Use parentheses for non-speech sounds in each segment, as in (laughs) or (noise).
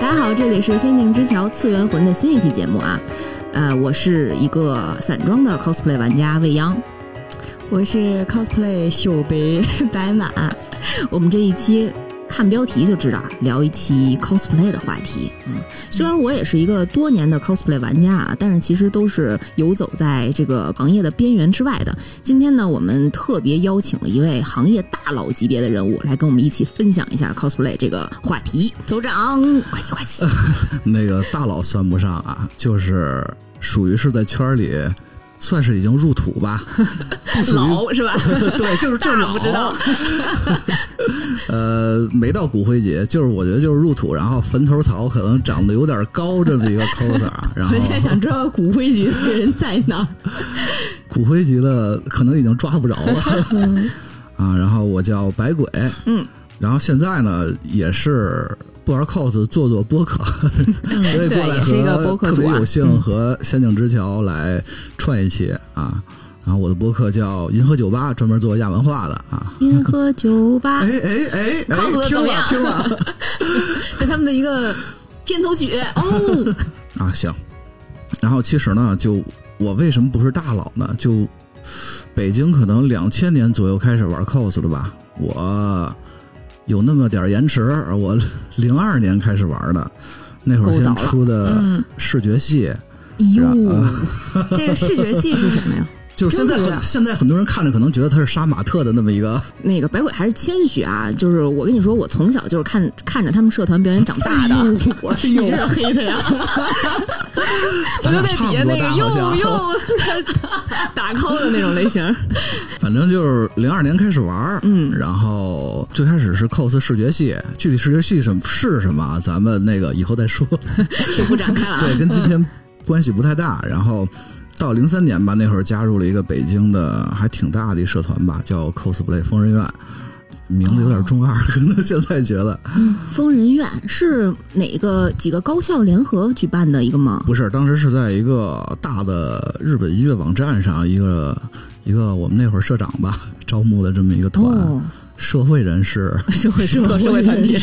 好，这里是《仙境之桥》次元魂的新一期节目啊，呃，我是一个散装的 cosplay 玩家未央，我是 cosplay 小白白马， (laughs) 我们这一期看标题就知道啊，聊一期 cosplay 的话题。嗯，虽然我也是一个多年的 cosplay 玩家啊，但是其实都是游走在这个行业的边缘之外的。今天呢，我们特别邀请了一位行业大佬级别的人物来跟我们一起分享一下 cosplay 这个话题。组长，快起快 (laughs) 起！那个大佬算不上啊，就是属于是在圈里算是已经入土吧，不属 (laughs) 于老是吧？对，就是就是老不知道， (laughs) 呃，没到骨灰节，就是我觉得就是入土，然后坟头草可能长得有点高这么一个 coser，然哦后我现在想知道骨灰级的人在哪 (laughs) 儿。骨灰级的可能已经抓不着了嗯 (laughs) 啊。然后我叫白鬼，嗯，然后现在呢也是不玩 cos，做做播客， (laughs) 所以过嗯对来也是一个播和客特别主啊有幸和仙境之桥来串一期啊。然后我的播客叫银河酒吧，专门做亚文化的啊。银河酒吧啊哎哎哎哎 cos 得，听怎么了样听了是他们的一个片头曲哦。啊，行。然后其实呢，就我为什么不是大佬呢？就北京可能两千年左右开始玩 cos 的吧，我有那么点儿延迟，我零二年开始玩的，那会儿够早先了出的嗯，视觉系，哟， (laughs) 这个视觉系是什么呀？就是现在真的很现在很多人看着可能觉得他是杀马特的那么一个，那个白鬼还是谦虚啊，就是我跟你说，我从小就是看看着他们社团表演长大 (laughs) 的。 (laughs) 我哎呦，黑的呀！我 (laughs) 咱就俩在差底下不多那个大好又像。又 (laughs) 打 call 的那种类型。 (laughs) 反正就是零二年开始玩儿，嗯然后最开始是 cos 视觉系，具体视觉系什么是什么啊，咱们那个以后再说，就不展开了啊。 (laughs) 对，跟今天关系不太大。然后到零三年吧，那会儿加入了一个北京的还挺大的一社团吧，叫 cosplay 疯人院，名字有点中二，可能现在觉得疯人院是哪个几个高校联合举办的一个吗？不是，当时是在一个大的日本音乐网站上，一个一个我们那会儿社长吧 (laughs) 招募的这么一个团，哦，社会人士。社会社会社会 (laughs) 团体，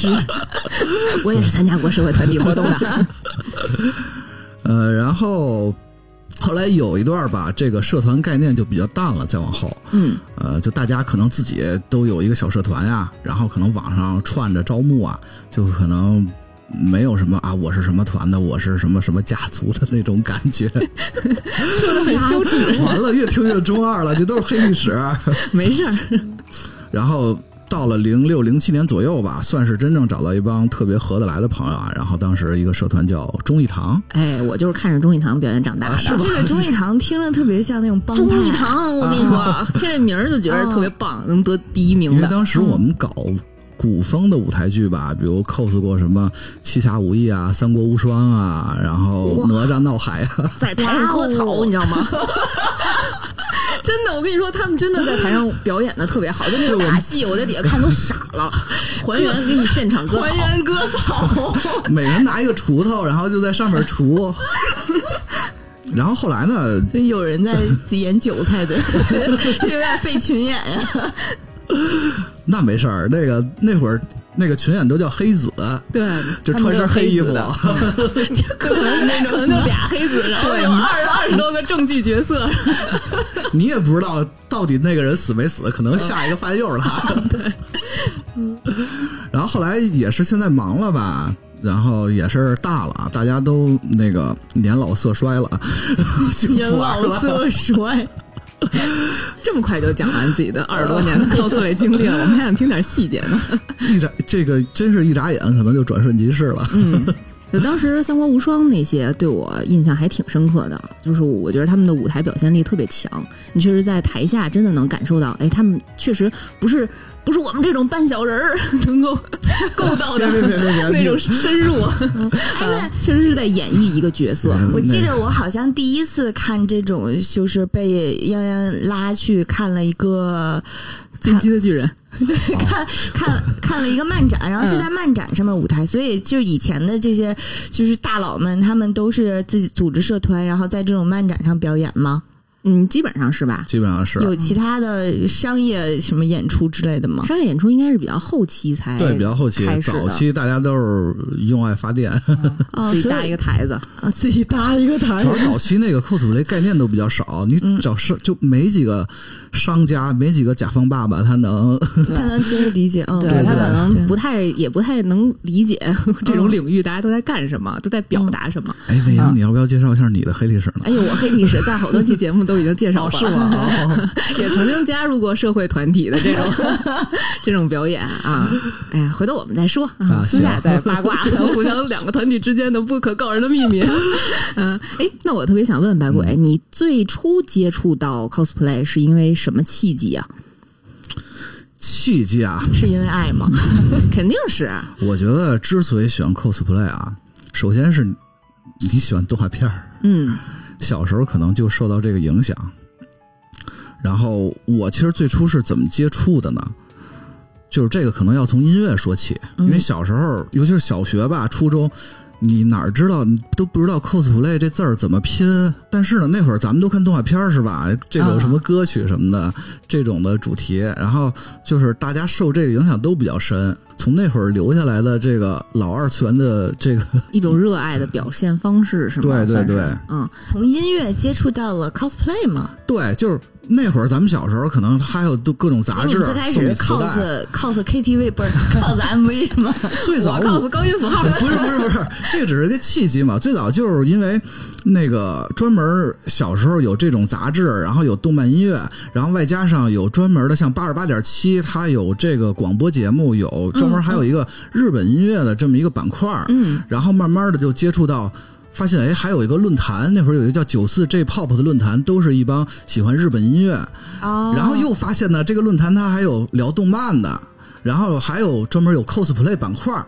(laughs) 我也是参加过社会团体活动 (laughs) 的。呃，然后后来有一段吧，这个社团概念就比较淡了，再往后，嗯，呃，就大家可能自己都有一个小社团呀、然后可能网上串着招募啊，就可能。没有什么啊，我是什么团的，我是什么什么家族的那种感觉。 (laughs) 说的很啊羞耻，完了，越听越中二了，这都是黑历史。没事儿。然后到了零六零七年左右吧，算是真正找到一帮特别合得来的朋友啊。然后当时一个社团叫忠义堂，哎，我就是看着钟义堂表演长大的。啊是吧这个忠义堂听着特别像那种帮钟义派，嗯堂，我跟你 (laughs) 说，啊听这名儿就觉得特别棒，能得第一名因为的。当时我们搞古风的舞台剧吧，比如 cos 过什么《七侠五义》啊，《三国无双》啊，然后《哪吒闹海》啊，在台上割哇草，哦你知道吗？ (laughs) 真的，我跟你说，他们真的在台上表演的特别好，就那种打戏，我在底下看都傻了，还原给你现场割草，原割草。每人拿一个锄头，然后就在上面锄。然后后来呢，所以有人在演韭菜 (laughs) 的，这有点费群演啊呀。那没事儿，那个那会儿那个群演都叫黑子，对，就穿身黑衣服。可能可能就俩黑子，然后有二十二十多个正剧角色，你也不知道到底那个人死没死，可能下一个发现又是他。对，然后后来也是现在忙了吧，然后也是大了啊，大家都那个年老色衰了， (laughs) 就 (laughs) 人不玩老了。色衰， (laughs) 这么快就讲完自己的二十多年的 cosplay 经历了，我们还想听点细节呢。一眨这个真是一眨眼，可能就转瞬即逝了。就当时《三国无双》那些对我印象还挺深刻的，就是我觉得他们的舞台表现力特别强，你确实在台下真的能感受到，哎，他们确实不是不是我们这种半小人儿 (laughs) 能 (laughs) 够够到的 (laughs) 别别别别 (laughs) 别那种深入，啊确实是在演绎一个角色。嗯我记得我好像第一次看这种，就是被泱泱拉去看了一个哦进击的巨人，看看看了一个漫展，然后是在漫展上面舞台，所以就以前的这些就是大佬们，他们都是自己组织社团，然后在这种漫展上表演吗？嗯，基本上是吧？基本上是有其他的商业什么演出之类的吗？商业演出应该是比较后期才对比较后期嗯开，始的早期大家都是用爱 (laughs) 发电，啊，自己所搭一以个台子，啊，自己搭一个台主要是早期那个 cosplay 概念都比较少，你嗯找商就没几个商家，没几个甲方爸爸他 (laughs) 能对他能接受理解，嗯，对对他可对对哦能不太也不太能理解 (laughs) 这种领域大家都在干什么，都在表达什么。哎，魏阳，你要不要介绍一下你的黑历史呢？哎呦，我黑历史在好多期节目都已经介绍哦，过是了，吗？哦 (laughs) 也曾经加入过社会团体的这种 (laughs) 这种表演啊。哎呀，回头我们再说啊私下行 (laughs) 再八卦， (laughs) 互相两个团体之间的不可告人的秘密。嗯，哎，那我特别想问白鬼，嗯你最初接触到 cosplay 是因为什么契机啊？契机啊，是因为爱吗？ (laughs) 肯定是啊我觉得之所以喜欢 cosplay 啊，首先是你喜欢动画片儿，嗯小时候可能就受到这个影响。然后我其实最初是怎么接触的呢？就是这个可能要从音乐说起，因为小时候，尤其是小学吧、初中，你哪儿知道你都不知道 cosplay 这字儿怎么拼。但是呢，那会儿咱们都看动画片儿是吧？这种什么歌曲什么的，这种的主题，然后就是大家受这个影响都比较深。从那会儿留下来的这个老二次元的这个，一种热爱的表现方式，是吗？对对算是对，嗯，从音乐接触到了 cosplay 嘛，对，就是那会儿咱们小时候可能还有都各种杂你志啊们最开送始你磁带，啊 cos cos KTV 不是 cos MV 什么？最早。我告诉高音符号 (laughs) 不是不是不是，这个只是个契机嘛。最早就是因为那个专门小时候有这种杂志，然后有动漫音乐，然后外加上有专门的，像八十八点七，它有这个广播节目，有专门还有一个日本音乐的这么一个板块儿。嗯，然后慢慢的就接触到。发现哎，还有一个论坛，那会儿有一个叫九四 J Pop 的论坛，都是一帮喜欢日本音乐， (laughs) 哦然后又发现呢，这个论坛它还有聊动漫的，然后还有专门有 cosplay 板块儿，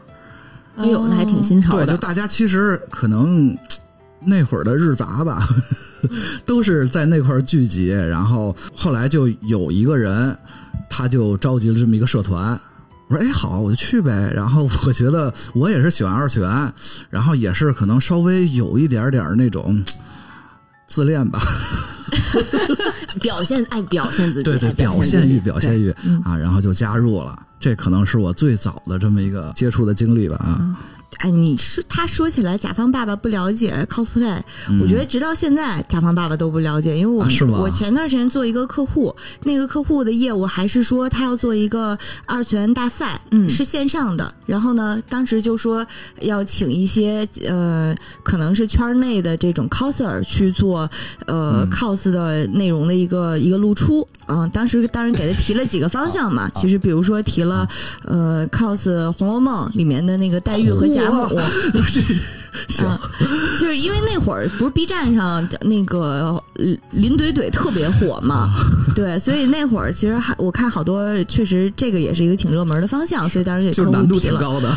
哎呦，那还挺新潮对，就的。大家其实可能那会儿的日杂吧， (laughs) 都是在那块儿聚集，然后后来就有一个人，他就召集了这么一个社团。我说哎好，我就去呗。然后我觉得我也是喜欢二次元，然后也是可能稍微有一点点儿那种自恋吧，表现爱表现自己，对对，爱表表现现自己嗯欲，表现欲啊，然后就加入了。这可能是我最早的这么一个接触的经历吧嗯啊，哎，你说他说起来，甲方爸爸不了解 cosplay，、我觉得直到现在，甲方爸爸都不了解，因为嗯我、啊是吗我前段时间做一个客户，那个客户的业务还是说他要做一个二次元大赛，嗯是线上的，然后呢，当时就说要请一些呃，可能是圈内的这种 coser 去做呃、cos 嗯的内容的一个一个露出，嗯、当时当然给他提了几个方向啊嘛，其实比如说提了、呃 cos《红楼梦》里面的那个黛玉和贾母。哦 (laughs) 行嗯，就是因为那会儿不是 B 站上那个呃林怼怼特别火啊嘛，对，所以那会儿其实还我看好多，确实这个也是一个挺热门的方向，所以当时给就客是户难度提挺了，高的。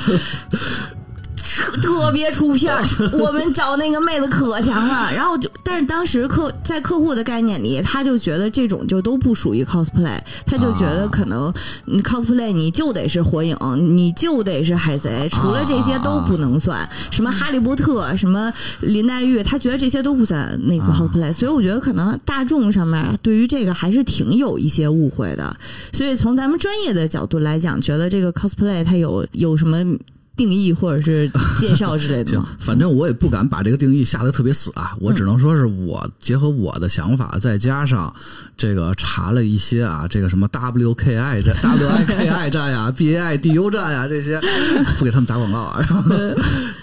特 (laughs) 特别出片儿。我们找那个妹子可强了，然后就，但是当时客在客户的概念里，他就觉得这种就都不属于 cosplay，他就觉得啊可能你 cosplay 你就得是火影，你就得是海贼，除了这些都不能算。什么哈利波特，什么林黛玉，他觉得这些都不算那个 cosplay，、所以我觉得可能大众上面对于这个还是挺有一些误会的。所以从咱们专业的角度来讲，觉得这个 cosplay 它有有什么定义或者是介绍之类的行，(laughs) 吗？反正我也不敢把这个定义下得特别死啊，我只能说是我结合我的想法，再加上这个查了一些啊，这个什么 WKI 站、WIKI 站呀、BAIDU 站呀这些，不给他们打广告啊，然后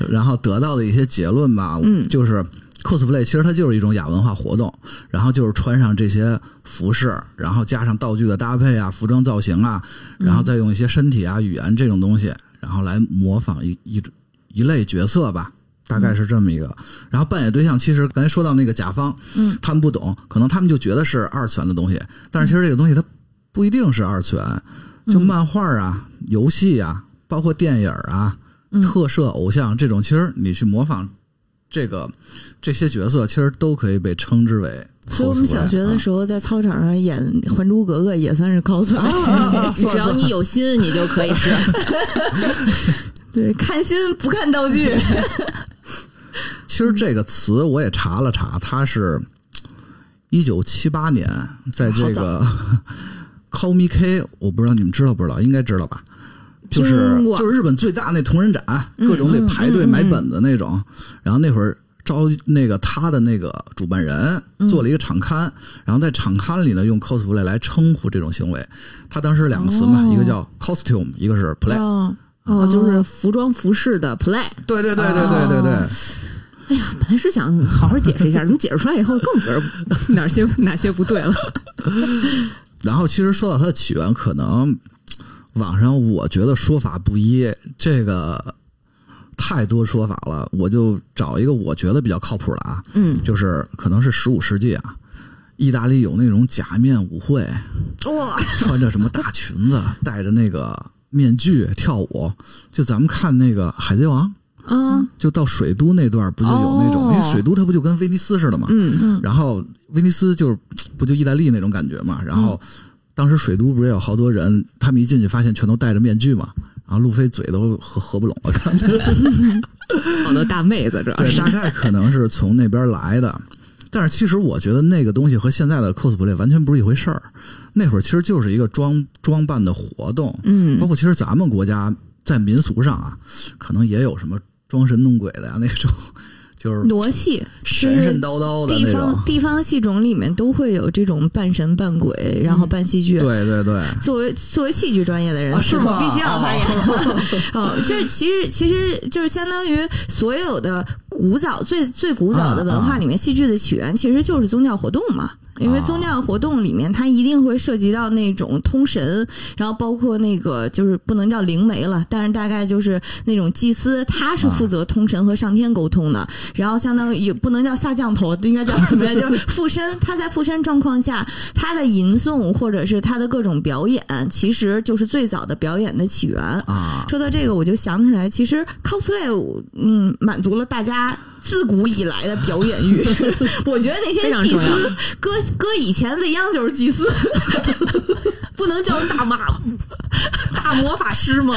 然后得到的一些结论吧，就是。cosplay 其实它就是一种亚文化活动，然后就是穿上这些服饰，然后加上道具的搭配啊、服装造型啊，然后再用一些身体啊、语言这种东西，然后来模仿一一种一类角色吧，大概是这么一个。然后扮演对象，其实咱说到那个甲方，嗯，他们不懂，可能他们就觉得是二次元的东西，但是其实这个东西它不一定是二次元，就嗯漫画啊、游戏啊，包括电影啊、嗯特摄、偶像这种，其实你去模仿这个这些角色，其实都可以被称之为 cosplay 啊。所以我们小学的时候在操场上演《还珠格格》也算是 cosplay，、只要你有心，你就可以是。对，看心不看道 (laughs) 具。其实这个词我也查了查，它是一九七八年，在这个 (laughs) Call Me K，我不知道你们知道不知道，应该知道吧？就是听过就是日本最大那同人展，各种得排队嗯嗯买本子那种。然后那会儿招那个他的那个主办人嗯做了一个场刊，然后在场刊里呢用 cosplay 来称呼这种行为。他当时两个词嘛，哦一个叫 costume，一个是 play。哦 (laughs) 哦，就是服装服饰的 play。对对对对对对对。哎呀，本来是想好好解释一下，怎么解释出来以后更觉得哪些哪些不对了。然后其实说到它的起源，可能网上我觉得说法不一，这个太多说法了，我就找一个我觉得比较靠谱的啊，嗯，就是可能是十五世纪啊。意大利有那种假面舞会，哇，啊穿着什么大裙子，戴着那个面具跳舞。就咱们看那个《海贼王》，啊，就到水都那段儿不就有那种？哦因为水都它不就跟威尼斯似的嘛。嗯嗯，然后威尼斯就是不就意大利那种感觉嘛。然后当时水都不是有好多人，他们一进去发现全都戴着面具嘛。然后路飞嘴都合合不拢了，看好多大妹子，这 (laughs) 对，是大概可能是从那边来的。但是其实我觉得那个东西和现在的 cosplay 完全不是一回事儿。那会儿其实就是一个装装扮的活动，嗯包括其实咱们国家在民俗上啊，可能也有什么装神弄鬼的呀、那种，就是傩戏神神是叨叨的地那种方。地方戏种里面都会有这种半神半鬼，然后半戏剧。对对对，作为作为戏剧专业的人，啊是我吗啊必须要发言。 (laughs) 哦，就是其实其实就是相当于所有的古早最最古早啊的文化里面，戏剧的起源其实就是宗教活动嘛。因啊为宗教活动里面，它一定会涉及到那种通神，然后包括那个就是不能叫灵媒了，但是大概就是那种祭司，他是啊负责通神和上天沟通的。然后相当于也不能叫下降头，应该叫什么呀？ (laughs) 就是附身。他在附身状况下，他的吟诵或者是他的各种表演，其实就是最早的表演的起源。啊，说到这个，我就想起来，其实 cosplay，嗯，满足了大家自古以来的表演欲。 (laughs) 我觉得那些非常祭重要司，搁搁以前未央就是祭司，不能叫大妈、大魔法师吗？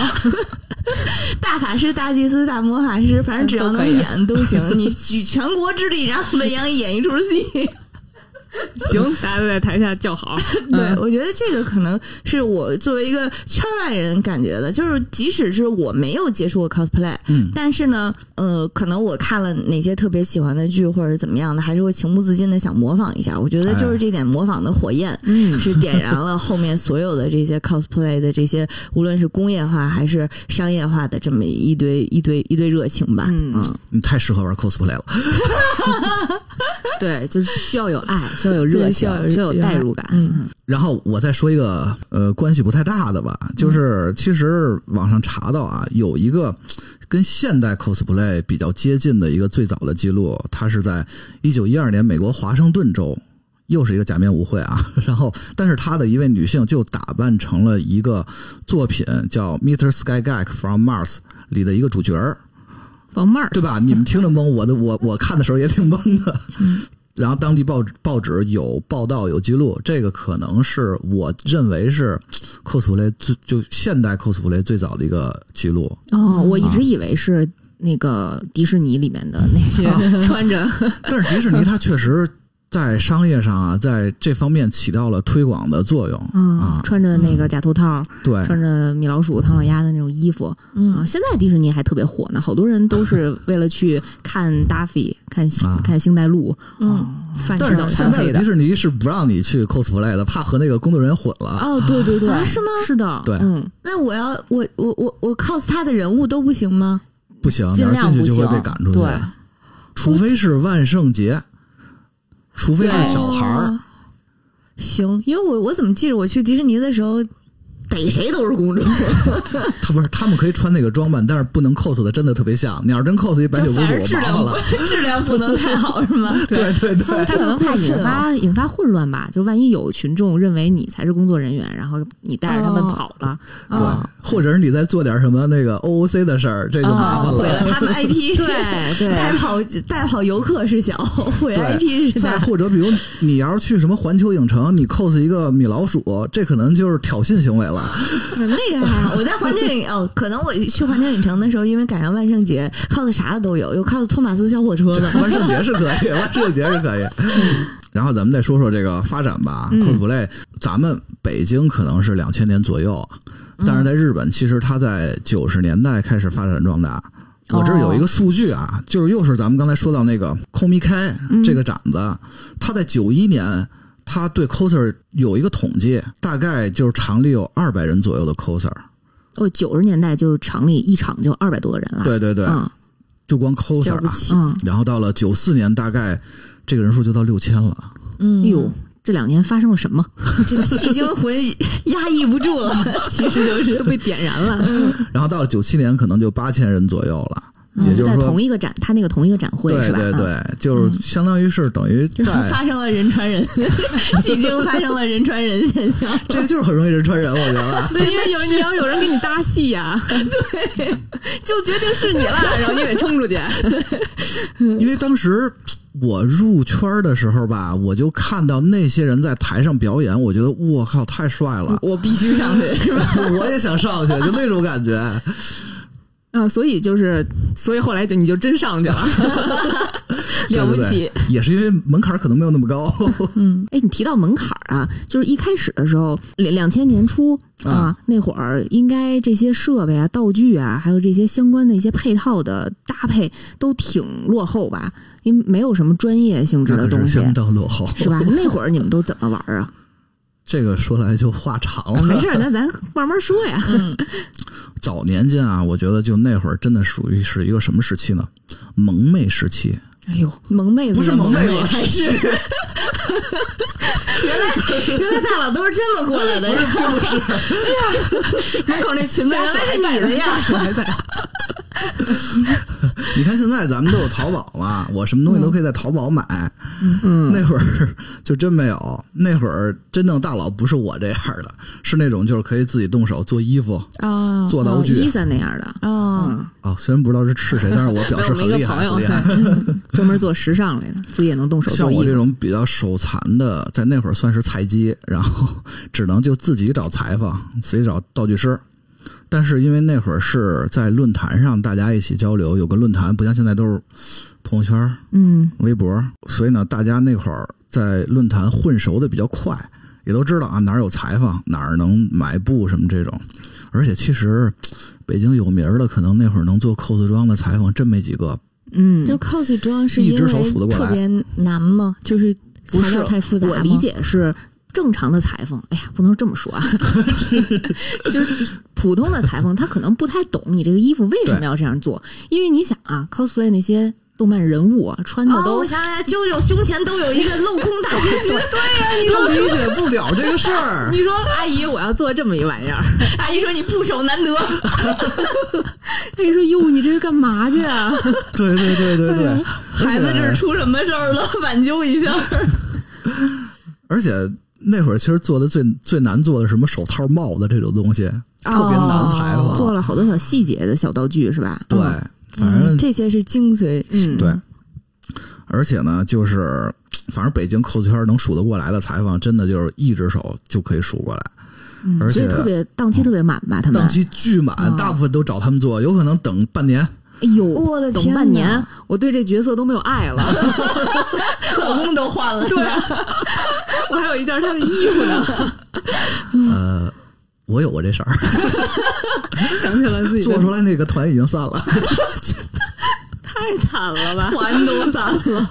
大法师、大祭司、大魔法师，反正只要能演都行。你举全国之力让未央演一出戏。行，大家都在台下叫好。对，我觉得这个可能是我作为一个圈外人感觉的，就是即使是我没有接触过 cosplay，嗯但是呢，呃，可能我看了哪些特别喜欢的剧或者怎么样的，还是会情不自禁的想模仿一下。我觉得就是这点模仿的火焰，嗯是点燃了后面所有的这些 cosplay 的这些，无论是工业化还是商业化的这么一堆一堆一堆热情吧。嗯嗯你太适合玩 cosplay 了。对，就是需要有爱，需要有热情，需需要要有有代入感。嗯然后我再说一个呃关系不太大的吧，就是其实网上查到啊，有一个跟现代 cosplay 比较接近的一个最早的记录，它是在一九一二年美国华盛顿州，又是一个假面舞会啊。 (laughs) 然后，但是她的一位女性就打扮成了一个作品叫《Mr. Skygack from Mars》里的一个主角儿，王妹儿，对吧？你们听着懵，我的我我看的时候也挺懵的。嗯然后当地报纸报纸有报道有记录，这个可能是我认为是 cosplay 最就现代 cosplay 最早的一个记录。哦，我一啊直以为是那个迪士尼里面的那 (laughs) 些穿着，但是迪士尼它确实在商业上啊，在这方面起到了推广的作用嗯啊，。穿着那个假头套，对，穿着米老鼠、唐老鸭的那种衣服啊。嗯，现在迪士尼还特别火呢，好多人都 (laughs) 是为了去看 Daffy，看星啊看星黛露。哦嗯，反但正是现在的迪士尼是不让你去 cosplay 的，怕和那个工作人员混了。哦，对对对，啊是吗是的，对嗯，那我要我我我我 cos 他的人物都不行吗？不行，你尽要量进去不就会行被赶出去。对除非是万圣节，除非是小孩儿。哦行，因为我我怎么记着我去迪士尼的时候，逮谁都是公主，他不是，他们可以穿那个装扮，但是不能 cos 的真的特别像。你要是真 cos 一白雪就公主，反而质麻量烦了。不质量不能太好是 (laughs) 吗？对 (laughs) 对对，他可能 (laughs) 怕引发引发混乱吧，就万一有群众认为你才是工作人员，然后你带着他们哦跑了， (laughs) 哦啊，对，或者是你再做点什么那个 OOC 的事儿，这就麻啊烦毁了。了他 (laughs) 们 IP，对 (laughs) (laughs) 对带跑带跑游客是小，毁对 IP 是再大。或者，比如你要是去什么环球影城，你 cos 一个米老鼠，这可能就是挑衅行为了。那个啊 (laughs) 还好，我在环球影哦，可能我去环球影城的时候，因为赶上万圣节 (laughs)，cos 啥的都有，有 cos 托马斯小火车的， (laughs) 万圣节是可以，万圣节是可以。然后咱们再说说这个发展吧。嗯 cosplay，咱们北京可能是两千年左右，嗯但是在日本，其实它在九十年代开始发展壮大。我这儿有一个数据哦啊，就是又是咱们刚才说到那个 c o m i k a 嗯这个展子，它在九一年，它对 coser 有一个统计，大概就是厂里有二百人左右的 coser。哦，九十年代就厂里一场就二百多个人了，对对对，嗯就光 coser 啊了不啊。起，嗯，然后到了九四年，大概这个人数就到六千了。嗯哎呦，这两年发生了什么？这戏精魂压抑不 (laughs) 住了，其实就是都被点燃了。然后到了九七年，可能就八千人左右了。嗯也就嗯是在说同一个展，他那个同一个展会对是吧？对嗯，对，就是相当于是等于在，发生了人传人，戏精发生了人传人现象。这个就是很容易人传人，我觉 (laughs) 得。对，因为有你要有人给你搭戏呀、，就决定是你了，然后你给冲出去。因为当时我入圈的时候吧，我就看到那些人在台上表演，我觉得我靠太帅了我必须上去， (laughs) 是吧？我也想上去，就那种感觉。啊，所以就是，所以后来就你就真上 (laughs) 去了，对了不对对起。也是因为门槛可能没有那么 (laughs) 高。哎，你提到门槛儿啊，就是一开始的时候，两两千年初嗯啊、那会儿，应该这些设备啊、道具啊，还有这些相关的一些配套的搭配都挺落后吧，因为没有什么专业性质那的可东是西，相当落后，是吧？那会儿你们都怎么玩儿 (laughs) 啊？这个说来就话长没了。事儿，那咱慢慢说呀。早年间啊，我觉得就那会儿真的属于是一个什么时期呢？萌妹时期，哎 (laughs) 呦，萌妹子不是的萌妹妹吧？是原来大佬都是哎这么过 (laughs) 来的，呀！门口那裙子原来 (laughs) 是你的呀家属还在，你看现在咱们都有淘宝嘛，我什么东西都可以在淘宝买。嗯，那会儿就真没有，那会儿真正大佬不是我这样的，是那种就是可以自己动手做衣服、啊做道哦伊具森那样的，啊！啊、虽然不知道是是谁，但是我表示很厉害，很厉害。专门做时尚类的，自己也能动手做嗯像衣我这服。种比较手残的，在那会儿算是菜鸡，然后只能就自己找裁缝，自己找道具师。但是因为那会儿是在论坛上大家一起交流，有个论坛，不像现在都是朋友圈儿、嗯，微博，所以呢，大家那会儿在论坛混熟的比较快，也都知道啊哪儿有裁缝，哪儿能买布什么这种。而且其实北京有名儿的，可能那会儿能做 cos 装的裁缝真没几个。嗯，就 cos 妆是一因只为手数得过来特别难吗？就是材不是料太复杂吗我理解是正常的裁缝，哎呀，不能这么说 (laughs) 啊，就是普通的裁缝，他可能不太懂你这个衣服为什么要这样做，因为你想啊，cosplay 那些动漫人物啊，穿的哦，都、我想起来，啾啾胸前都有一个镂空大结 (laughs) 晶。他理解不了这个事儿。 (laughs) 你说阿姨，我要做这么一玩意儿。阿姨哎说你不守难得，阿姨说：“哟，你这是干嘛去啊对对对对嗯对，孩子这而是且出什么事儿了？ (laughs) 挽救一下。而且那会儿其实做的最最难做的什么手套、帽子这种东西，特别难裁缝。？”哦做了好嗯多小细节的小道具是吧？对，反正、这些是精髓。嗯，对，而且呢，就是反正北京 cos 圈能数得过来的裁缝，真的就是一只手就可以数过来，嗯而所且以特别档期特别满吧？他们档期巨满，嗯大部分都找他们做，有可能等半年。哎呦，我的等天半哪年，我对这角色都没有爱 (laughs) 了。老公都换了，对，啊我还有一件他的衣服呢，嗯呃，我有过这事儿，想起了自己的 (laughs) 做出来那个团已经散了。太惨了吧？团都 (laughs) 散了。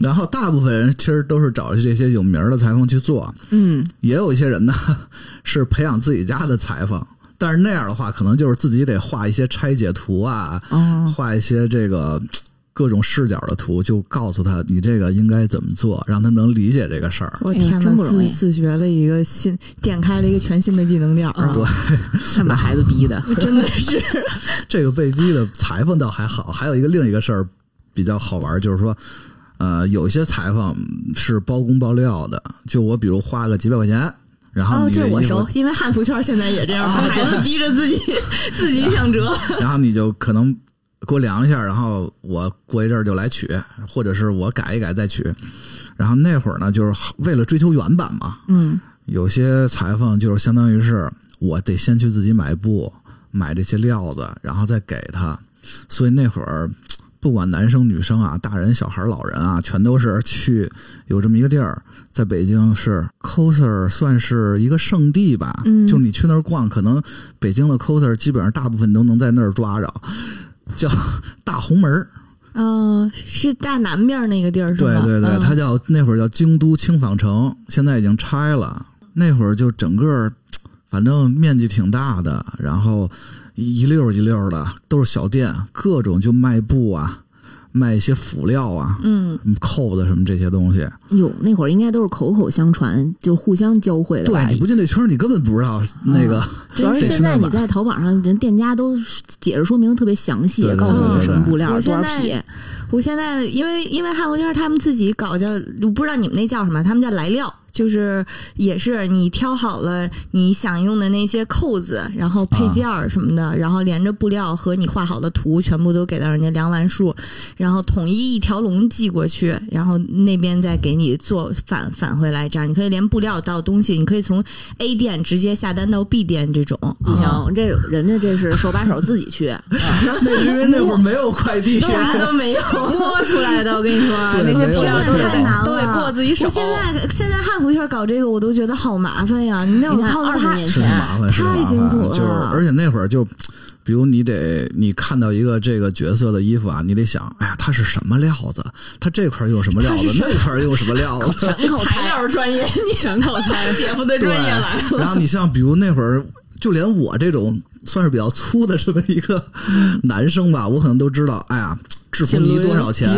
然后大部分人其实都是找这些有名儿的裁缝去做，嗯，也有一些人呢 (laughs) 是培养自己家的裁缝，但是那样的话，可能就是自己得画一些拆解图啊，嗯哦，画一些这个各种视角的图，就告诉他你这个应该怎么做，让他能理解这个事儿。我哎呀天真哪不，容易自自学了一个新，点开了一个全新的技能点 (laughs) 儿啊！看把孩子逼的， (laughs) 真的是，这个被逼的裁缝倒还好，还有一个另一个事儿比较好玩儿，就是说，呃，有一些裁缝是包工包料的，就我比如花个几百块钱，然后哦，你这的我衣服熟，因为汉服圈现在也这哦样，把啊孩子逼着 (laughs) 自己自己想折。然后你就可能给我量一下，然后我过一阵儿就来取，或者是我改一改再取。然后那会儿呢，就是为了追求原版嘛，嗯，有些裁缝就是相当于是我得先去自己买布，买这些料子，然后再给他。所以那会儿不管男生女生啊，大人小孩老人啊，全都是去有这么一个地儿，在北京是 coser 算是一个圣地吧，嗯就是你去那儿逛，可能北京的 coser 基本上大部分都能在那儿抓着，叫大红门儿，嗯，是大南面那个地儿是对吧？对对，嗯它叫那会儿叫京都轻纺城，现在已经拆了。那会儿就整个儿，反正面积挺大的，然后一一溜儿一溜儿的都是小店，各种就卖布啊，卖一些辅料啊，嗯，什么扣子什么这些东西。哟，那会儿应该都是口口相传，就互相教会的吧。对你不进这圈儿，你根本不知道那个。主要是现在你在淘宝上，人店家都解释说明特别详细对，对啊告诉对你对什么布料我多现少在匹。我现在因为因为汉服圈他们自己搞叫，我不知道你们那叫什么，他们叫来料，就是也是你挑好了你想用的那些扣子，然后配件儿什么的，然后连着布料和你画好的图，全部都给到人家量完数，然后统一一条龙寄过去，然后那边再给你做返返回来，这样你可以连布料到东西，你可以从 A 店直接下单到 B 店这种。不行，这人家这是手把手自己 (laughs) 去，啊嗯 (laughs) 那是因为那会儿没有快递，啥都没有，啊摸出来的，我跟你说，啊对那没些有布料都对得太难了都得过自己手。我现现在现在汉服圈搞这个，我都觉得好麻烦呀！你那你种看套二子十太年是前，麻烦，是太麻辛烦苦，了就是而且那会儿就，比如你得你看到一个这个角色的衣服啊，你得想，哎呀，它是什么料子？它这块儿用什么料子？那块儿用什么料 (laughs) 子？全口材才料专 (laughs) 业，你全靠猜，姐夫的对专业来。。然后你像比如那会儿，就连我这种算是比较粗的这么一个嗯男生吧，我可能都知道，哎呀，制服呢多少钱？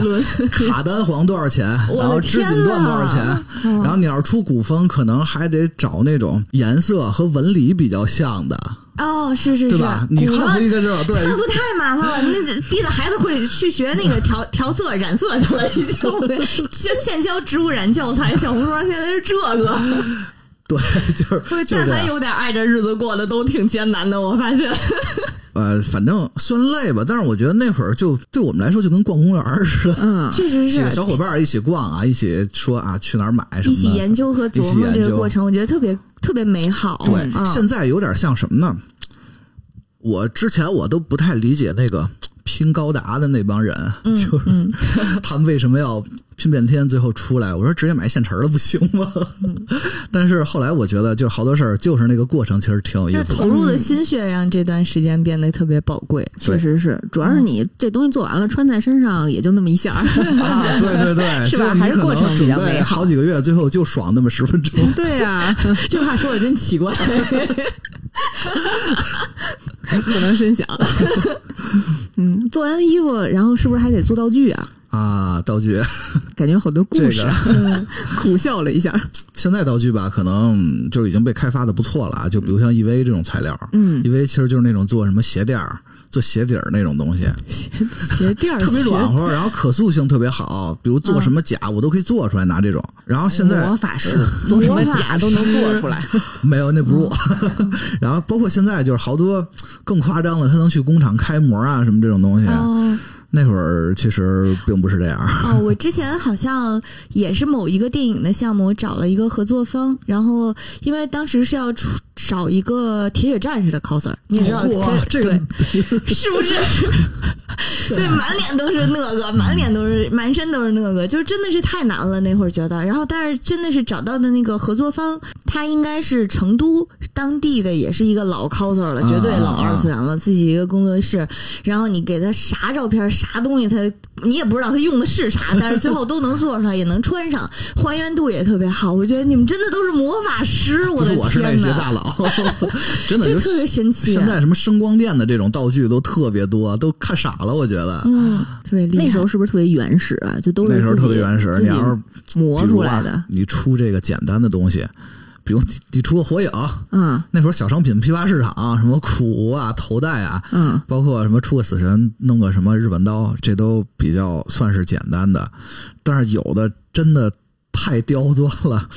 卡丹黄多少钱？我的然后织锦缎多少天呐钱？然后你要是出古风，可能还得找那种颜色和纹理比较像的，哦，是是对是吧，？你古看装不一个这种， (laughs) 对汉服太麻烦了，那就逼得孩子会去学那个调调色、染色去了，已经就现教植物染教材，小红书上现在是这个。对， (laughs) 就是就是但这凡样。有点爱这日子过得都挺艰难的，我发现。呃，反正虽然累吧，但是我觉得那会儿就对我们来说就跟逛公园儿似的，嗯，确 (laughs) 实几个小伙伴儿一起逛啊，一起说啊去哪儿买什一么起的。研究和琢磨这个过程，我觉得特别特别美好。对，嗯现在有点像什么呢？我之前我都不太理解那个拼高达的那帮人，嗯就是、他们为什么要拼半天，最后出来，我说直接买现成的不行吗？ (laughs) 但是后来我觉得，就是好多事儿就是那个过程，其实挺有意就是思投的。入的心血让这段时间变得特别宝贵。对确实是，主要嗯是你这东西做完了，穿在身上也就那么一下 (laughs) 儿。啊，对对对，是吧 (laughs) 就是你还是可过能程比准较备美好好几个月，最后就爽那么十分钟。(laughs) 对啊，这话说的真奇怪，不能深想。嗯，做完衣服，然后是不是还得做道具啊？啊，道具感觉好多故这事个，苦笑了一下。现在道具吧，可能就是已经被开发的不错了啊，就比如像 EVA 这种材料，嗯， EVA 其实就是那种做什么鞋垫儿、做鞋底儿那种东西，鞋垫儿特别软和，然后可塑性特别好，比如做什么甲我都可以做出来拿这种。然后现哦在魔法师做什么假 (laughs) 都能做出来。没有，那不是我。 (laughs) 然后包括现在就是好多更夸张的，他能去工厂开模啊什么这种东西。哦那会儿其实并不是这样。哦，我之前好像也是某一个电影的项目，我找了一个合作方，然后因为当时是要出找一个铁血战士的 coser，你也知道，哇，这个对是不是？ (laughs) 对，满脸都是那个，满脸都是，满身都是那个，就是真的是太难了。那会儿觉得，然后但是真的是找到的那个合作方，他应该是成都当地的，也是一个老 coser 了，绝对老啊啊啊二次元了，自己一个工作室。然后你给他啥照片、啥东西他，你也不知道他用的是啥，但是最后都能做出来，也能穿上，还原度也特别好。我觉得你们真的都是魔法师，不我是的我是那天些呐！大啊佬，真的这就特别神奇现在什么声光电的这种道具都特别多，都看傻了，我觉得。嗯，特别厉害。那时候是不是特别原始啊？就都是那时候自己特别原始，自己你要是磨比如出啊来的。你出这个简单的东西，比如你你出个火影，嗯那会儿小商品批发市场，什么苦无啊、头戴啊，嗯，包括什么出个死神，弄个什么日本刀，这都比较算是简单的。但是有的真的太刁钻了。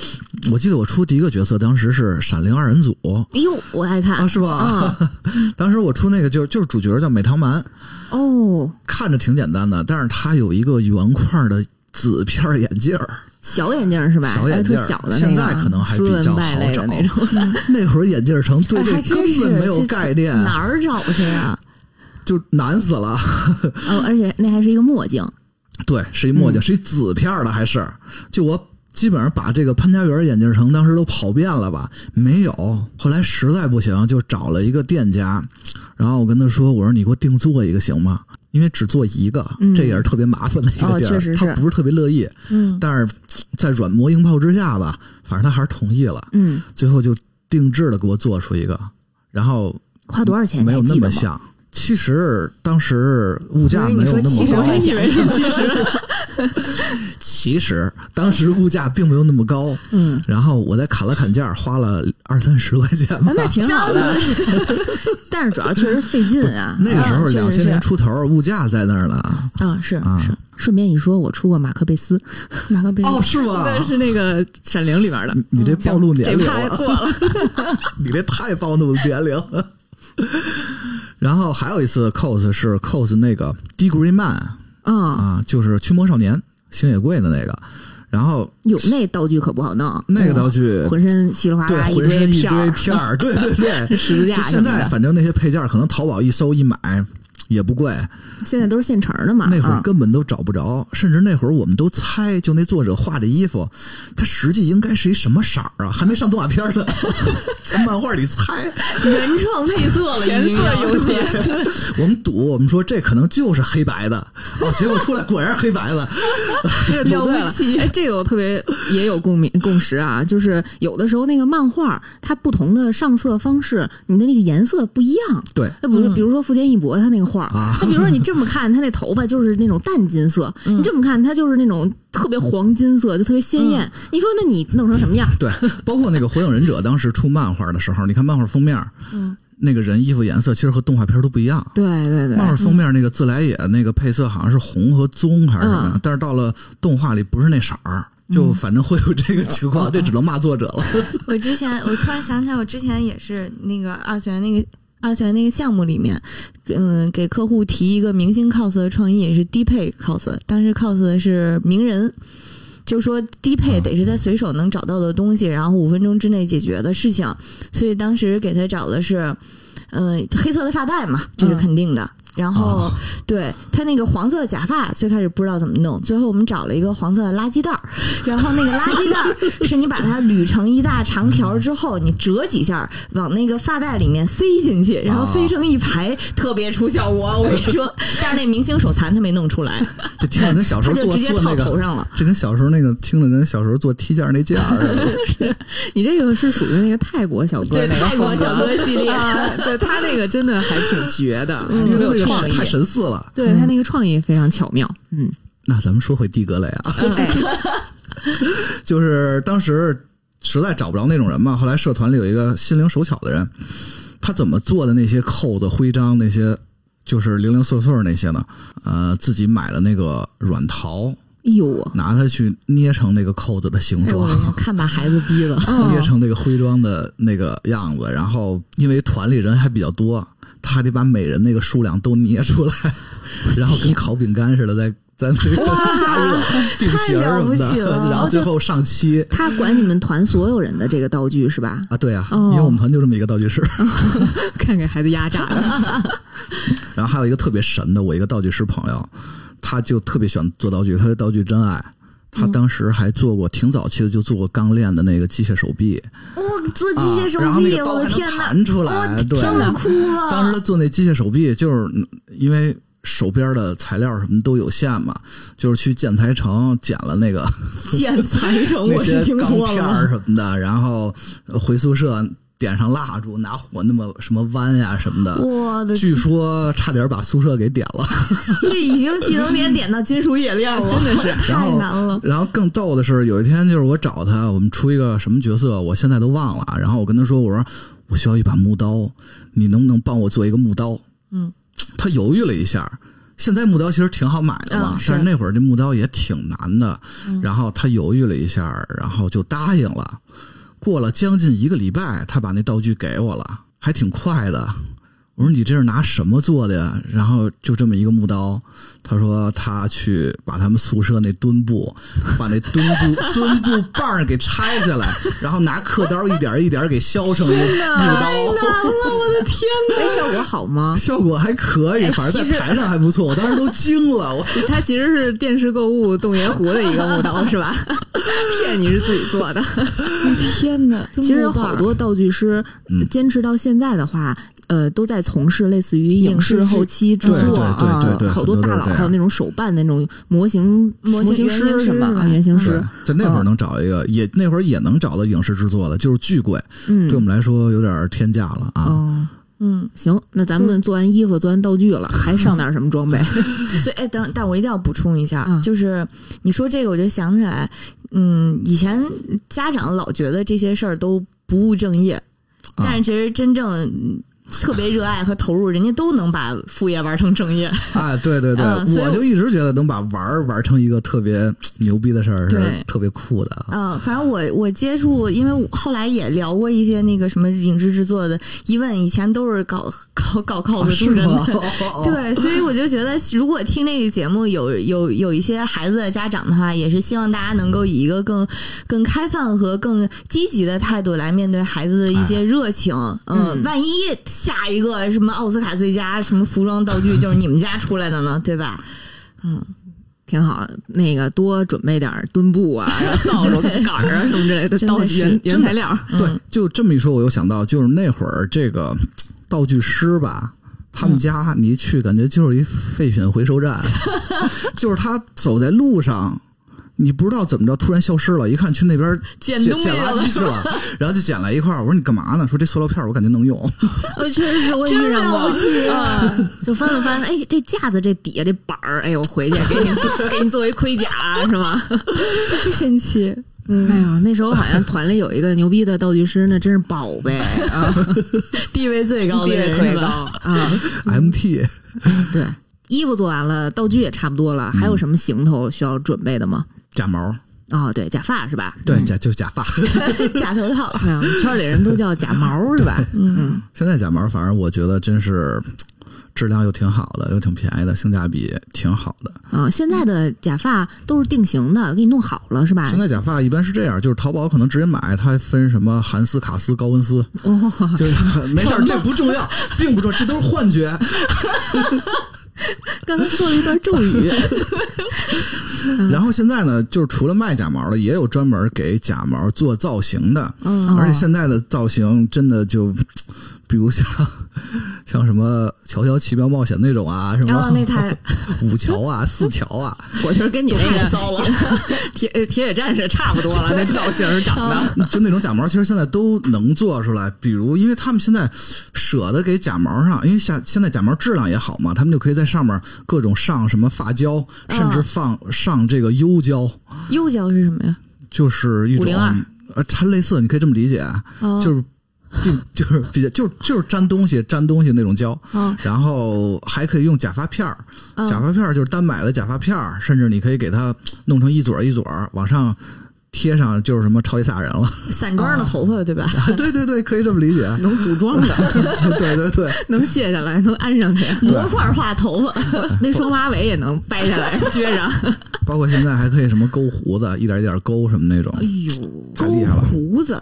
我记得我出第一个角色，当时是闪灵二人组哎呦，我爱啊，看是吧？ (laughs) 当时我出那个就就是主角叫美堂蛮，哦，看着挺简单的，但是他有一个圆块的紫片儿眼镜儿。小眼镜儿是吧？小眼镜哎儿哎特小的那个，现在可能还比斯文较败类的好找那种。 (laughs) 那会儿眼镜城对哎还这真根是本没有这概念，哪儿找去啊？就难死了。哦，而且那还是一个墨镜，对，是一嗯墨镜，是一紫片儿的，还是就我基本上把这个潘家园眼镜城当时都跑遍了吧，没有。后来实在不行，就找了一个店家，然后我跟他说：“我说你给我定做一个行吗？因为只做一个，嗯这也是特别麻烦的一个哦地儿，确实是他不是特别乐意。嗯但是在软磨硬泡之下吧，反正他还是同意了，嗯，最后就定制的给我做出一个，然后花多少钱？没有你还那记得么吗。像。其实当时物价我以为你说没有那么70高，块钱以为是七十，其实当时物价并没有那么高，嗯，然后我再砍了砍价，花了二三十块钱吧。那挺好的，但是主要确实费劲啊。 (laughs) 那个时候啊两确实千是年出头，物价在那儿呢。啊，是啊是。顺便一说，我出过马克贝斯，马克杯哦，是吗？但是那个《闪灵》里面的，你这暴露年这龄趴了，过了。 (laughs) 你这太暴露年龄了。 (laughs) 然后还有一次 cos 是 cos 那个 Degree Man 啊，啊，就是驱魔少年星野贵的那个，然后有那道具可不好弄，那个道具。浑身稀里哗对，啦浑堆身一片堆儿，片儿，对对对，十字架就什现么在，的，反正那些配件儿可能淘宝一搜一买也不贵，现在都是现成的嘛。那会儿啊根本都找不着，甚至那会儿我们都猜，就那作者画的衣服，它实际应该是一什么色儿啊？还没上动画片儿呢， (laughs) 在漫画里猜。原创配色了，全已经色游戏，我们赌，我们说这可能就是黑白的，哦，结果出来果然黑白的。这了了不不起起！哎，这个我特别也有共鸣共识啊，就是有的时候那个漫画它不同的上色方式，你的那个颜色不一样。对，那不是，比如说福建一博他那个画儿，啊他比如说你这么看，他那头发就是那种淡金色，你这么看，他就是那种特别黄金色，就特别鲜艳。你说那你弄成什么样？对，包括那个《火影忍者》当时出漫画的时候，你看漫画封面，嗯，那个人衣服颜色其实和动画片儿都不一样。对对对漫画封面那个自来也那个配色好像是红和棕还是什么嗯呀，但是到了动画里不是那色儿，就反正会有这个情 (laughs) 况，这只能骂作者了。我之前我突然想起来，我之前也是那个二次元那个二次元那个项目里面，嗯，给客户提一个明星 cos 的创意，也是低配 cos，当时 cos 的是名人。就说低配嗯得是他随手能找到的东西，然后五分钟之内解决的事情，所以当时给他找的是，嗯、黑色的发带嘛，嗯这是肯定的。然后、啊对他那个黄色的假发，最开始不知道怎么弄，最后我们找了一个黄色的垃圾袋儿，然后那个垃圾袋儿是你把它捋成一大长条儿之后，你折几下儿往那个发带里面塞进啊去，然后塞成一排，特别出效果。我跟你说，但是那明星手残他没弄出来，这听着跟小时他候就做直接做套那头个，上了。这跟小时候那个听着跟小时候做踢毽儿那架儿似的。你这个是属于那个泰国小哥对那个泰国风格小哥系列啊对他那个真的还挺绝的，因特为那别个有创意嗯太。神似了。对他那个创意非常巧妙，嗯，那咱们说回地格雷啊，哎 (laughs) 就是当时实在找不着那种人嘛，后来社团里有一个心灵手巧的人，他怎么做的那些扣子、徽章那些，就是零零碎碎那些呢？呃，自己买了那个软陶，哎呦我，拿它去捏成那个扣子的形哎，我状。的天看把孩子逼的，捏成那个徽章的那个样子，然后因为团里人还比较多，他还得把每人那个数量都捏出来，然后跟烤饼干似的，在在那个加热 (laughs) 定型儿什么太了不起的，了哦然后最后上漆他管你们团所有人的这个道具是吧？啊，对啊，哦因为我们团就这么一个道具师， (laughs) 看给孩子压榨的，然后还有一个特别神的，我一个道具师朋友，他就特别喜欢做道具，他对道具真爱。他嗯当时还做过，挺早期的就做过钢链的那个机械手臂，我做啊，然后那个刀还能弹出哦来，对，啊哭当时他做那机械手臂，就是因为手边的材料什么都有限嘛，就是去建材城捡了那个 (laughs) 现材城，那 (laughs) 我些是听钢说片了 (laughs) 儿。什么的，然后回宿舍点上蜡烛，拿火那么什么弯呀、什么的。我的，据说差点把宿舍给点了， (laughs) 这已经技能点点到金属冶炼了，真的是然太后难了。然后更逗的是，有一天就是我找他，我们出一个什么角色，我现在都忘了啊。然后我跟他说，我说我需要一把木刀，你能不能帮我做一个木刀？嗯，他犹豫了一下。现在木刀其实挺好买的嘛，嗯是嗯但是那会儿这木刀也挺难的。然后他犹豫了一下，然后就答应了。过了将近一个礼拜，他把那道具给我了，还挺快的。我说你这是拿什么做的呀？然后就这么一个木刀，他说他去把他们宿舍那墩布， (laughs) 把那墩 (laughs) 布墩布棒儿给拆下来，然后拿刻刀一点儿一点儿给削成一个木刀，哎，效果 (laughs) 好吗？效果还可以，哎反正其在实台上还不错，我当时都惊了，我它其实是电视购物洞爷湖的一个木刀，是吧？ (laughs) 骗你是自己做的，天哪！其实有好多道具师嗯坚持到现在的话，呃，都在从事类似于影视影视制后期制对作对对啊对对，好很多都大是佬这样还有那种手办的那种模型模型型原型师师什么是吧啊，原型对师，，在那会儿能找一个，也那会儿也能找到影视制作的，就是巨贵，嗯对我，们来说有点天价了啊。哦，嗯，行，那咱们做完衣服、做完道具了，还上点什么装备？ (laughs) 所以哎，等但我一定要补充一下，嗯就是你说这个，我就想起来，嗯，以前家长老觉得这些事儿都不务正业，啊但是其实真正。嗯特别热爱和投入，人家都能把副业玩成正业。啊，对对对，嗯所以我我就一直觉得能把玩儿玩成一个特别牛逼的事儿是对特别酷的啊。嗯，反正我我接触，因为我后来也聊过一些那个什么影视制作的，一问以前都是搞 (laughs) 搞搞 cos 啊出身的， (laughs) 对，所以我就觉得，如果听这个节目有有有一些孩子的家长的话，也是希望大家能够以一个更更开放和更积极的态度来面对孩子的一些热情。哎嗯，万一下一个什么奥斯卡最佳什么服装道 (laughs) 具就是你们家出来的呢，对吧？挺好。那个多准备点儿墩布啊、然后扫帚、杆儿啊什么之类的真的道具是原真原的材料。对，就这么一说，我又想到，就是那会儿这个道具师吧，他们家你一去，感觉就是一废品回收 (laughs) 站，就是他走在路上。你不知道怎么着，突然消失了，一看去那边捡捡东西捡垃圾去了， (laughs) 然后就捡来一块儿。我说你干嘛呢？说这塑料片儿我感觉能用。 (laughs) 呃，确实是我也遇上过啊，就翻了翻，哎，这架子这底下这板儿，哎，我回去给 (laughs) 你给你作为盔甲啊是吗？神奇，哎呀，那时候好像团里有一个牛逼的道具师，那真是宝贝啊， (laughs) 地位最高地的位人特别是高吧？啊。 MT 对，衣服做完了，道具也差不多了，还有什么行头需要准备的吗？假毛，嗯哦，对，假发是吧？ (laughs) 对假就是假发。 (laughs) 假头套。哎呀，我们圈里人都叫假毛 (laughs) 是吧？嗯，现在假毛，反正我觉得真是质量又挺好的，又挺便宜的，性价比挺好的。啊，现在的假发都是定型的，给你弄好了是吧现？在假发一般是这样，就是淘宝可能直接买，它还分什么韩丝、卡丝、高温丝，哦，就是它没事儿，这不重要，并不重要，这都是幻觉。刚才说了一段咒语， (laughs) 然后现在呢，就是除了卖假毛的，也有专门给假毛做造型的，哦嗯，而且现在的造型真的就，比如像 (laughs) 像什么《乔乔奇妙冒险》那种啊，什哦然后么那台五桥啊、四桥啊，我觉得跟你那个骚了， (laughs) 铁铁血战士差不多 (laughs) 了，那造型长得。哦就那种假毛，其实现在都能做出来。比如，因为他们现在舍得给假毛上，因为下现在假毛质量也好嘛，他们就可以在上面各种上什么发胶，甚至放上这个优胶，右脚是什么呀？就是一种502呃，它类似，你可以这么理解，啊嗯哦就是。并 (laughs) 就是比较就就是粘东西粘东西那种胶，哦然后还可以用假发片儿，嗯假发片儿就是单买的假发片儿，甚至你可以给它弄成一撮儿一撮儿往上贴上，就是什么超级赛亚人了。散装的头发对吧？啊， (laughs) 对对对，可以这么理 (laughs) 解。能组装的，对对对，能卸下来，能安上去， (laughs) 模块化头发，那双马尾也能掰下 (laughs) 来撅上。包括现在还可以什么勾胡子，一点一点勾什么那种，哎呦，太厉害了。胡子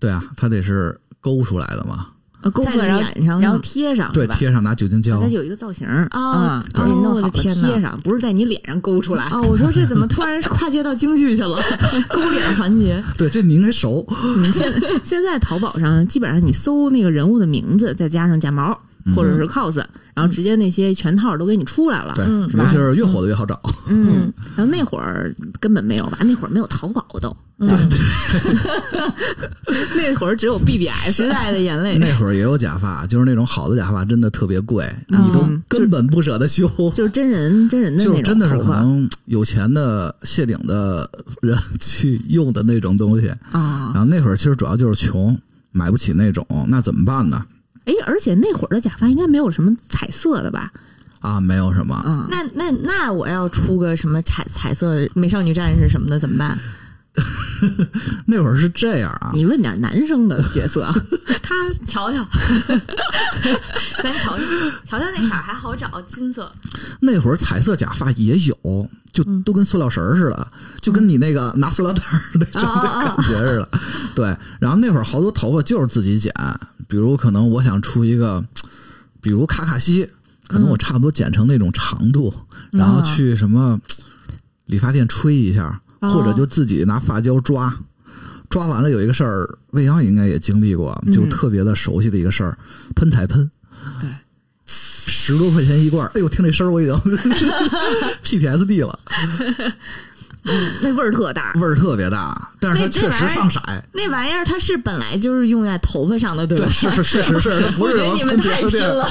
对啊，它得是勾出来的嘛，勾出来在然脸上后是吗然后贴上哦对，嗯是吧贴上拿酒精胶它。有一个造型啊啊，对给弄好了哦我的天哪贴上，不是在你脸上勾出来。哦啊！我说这怎么突然跨界到京剧去了？勾脸环 (laughs) 节，对，这你应该熟。嗯现现在淘宝上基本上你搜那个人物的名字，再加上假毛嗯或者是 cos，然后直接那些全套都给你出来了。对，嗯尤其是越火的越好找。嗯，然后那会儿根本没有吧？那会儿没有淘宝都，嗯， (laughs) 那会儿只有 BBS 时代的眼哎 (laughs) 泪，那会儿也有假发，就是那种好的假发，真的特别贵，你都根本不舍得修。嗯就是真人真人的就那是种真的是头可发能有钱的谢顶的人去用的那种东西，啊然。后那会儿其实主要就是穷，买不起那种，那怎么办呢？哎，而且那会儿的假发应该没有什么彩色的吧？啊，没有什么，啊，那那那我要出个什么彩彩色美少女战士什么的怎么办？那会儿是这样啊，你问点男生的角色 (laughs) 啊，他瞧 (laughs) 瞧，咱瞧瞧，瞧瞧那色儿还好找，金色。那会儿彩色假发也有，就都跟塑料绳儿似的，就跟你那个拿塑料袋儿那种的感觉似的。对，然后那会儿好多头发就是自己剪，比如可能我想出一个，比如卡卡西，可嗯能我差不多剪成那种长度，然后去什么理发店吹一下，哦或者就自己拿发胶抓。抓完了有一个事儿，未央应该也经历过，嗯就特别的熟悉的一个事儿，喷彩喷。对，十多块钱一罐儿，哎呦，听这声儿我已经 (laughs) PTSD 了，那味儿特大，味儿特别大，但是它确实上色。那玩意儿它是本来就是用在头发上的，对吧对，？是是确 (laughs) 实是，不我是什觉得么啊你们太拼了，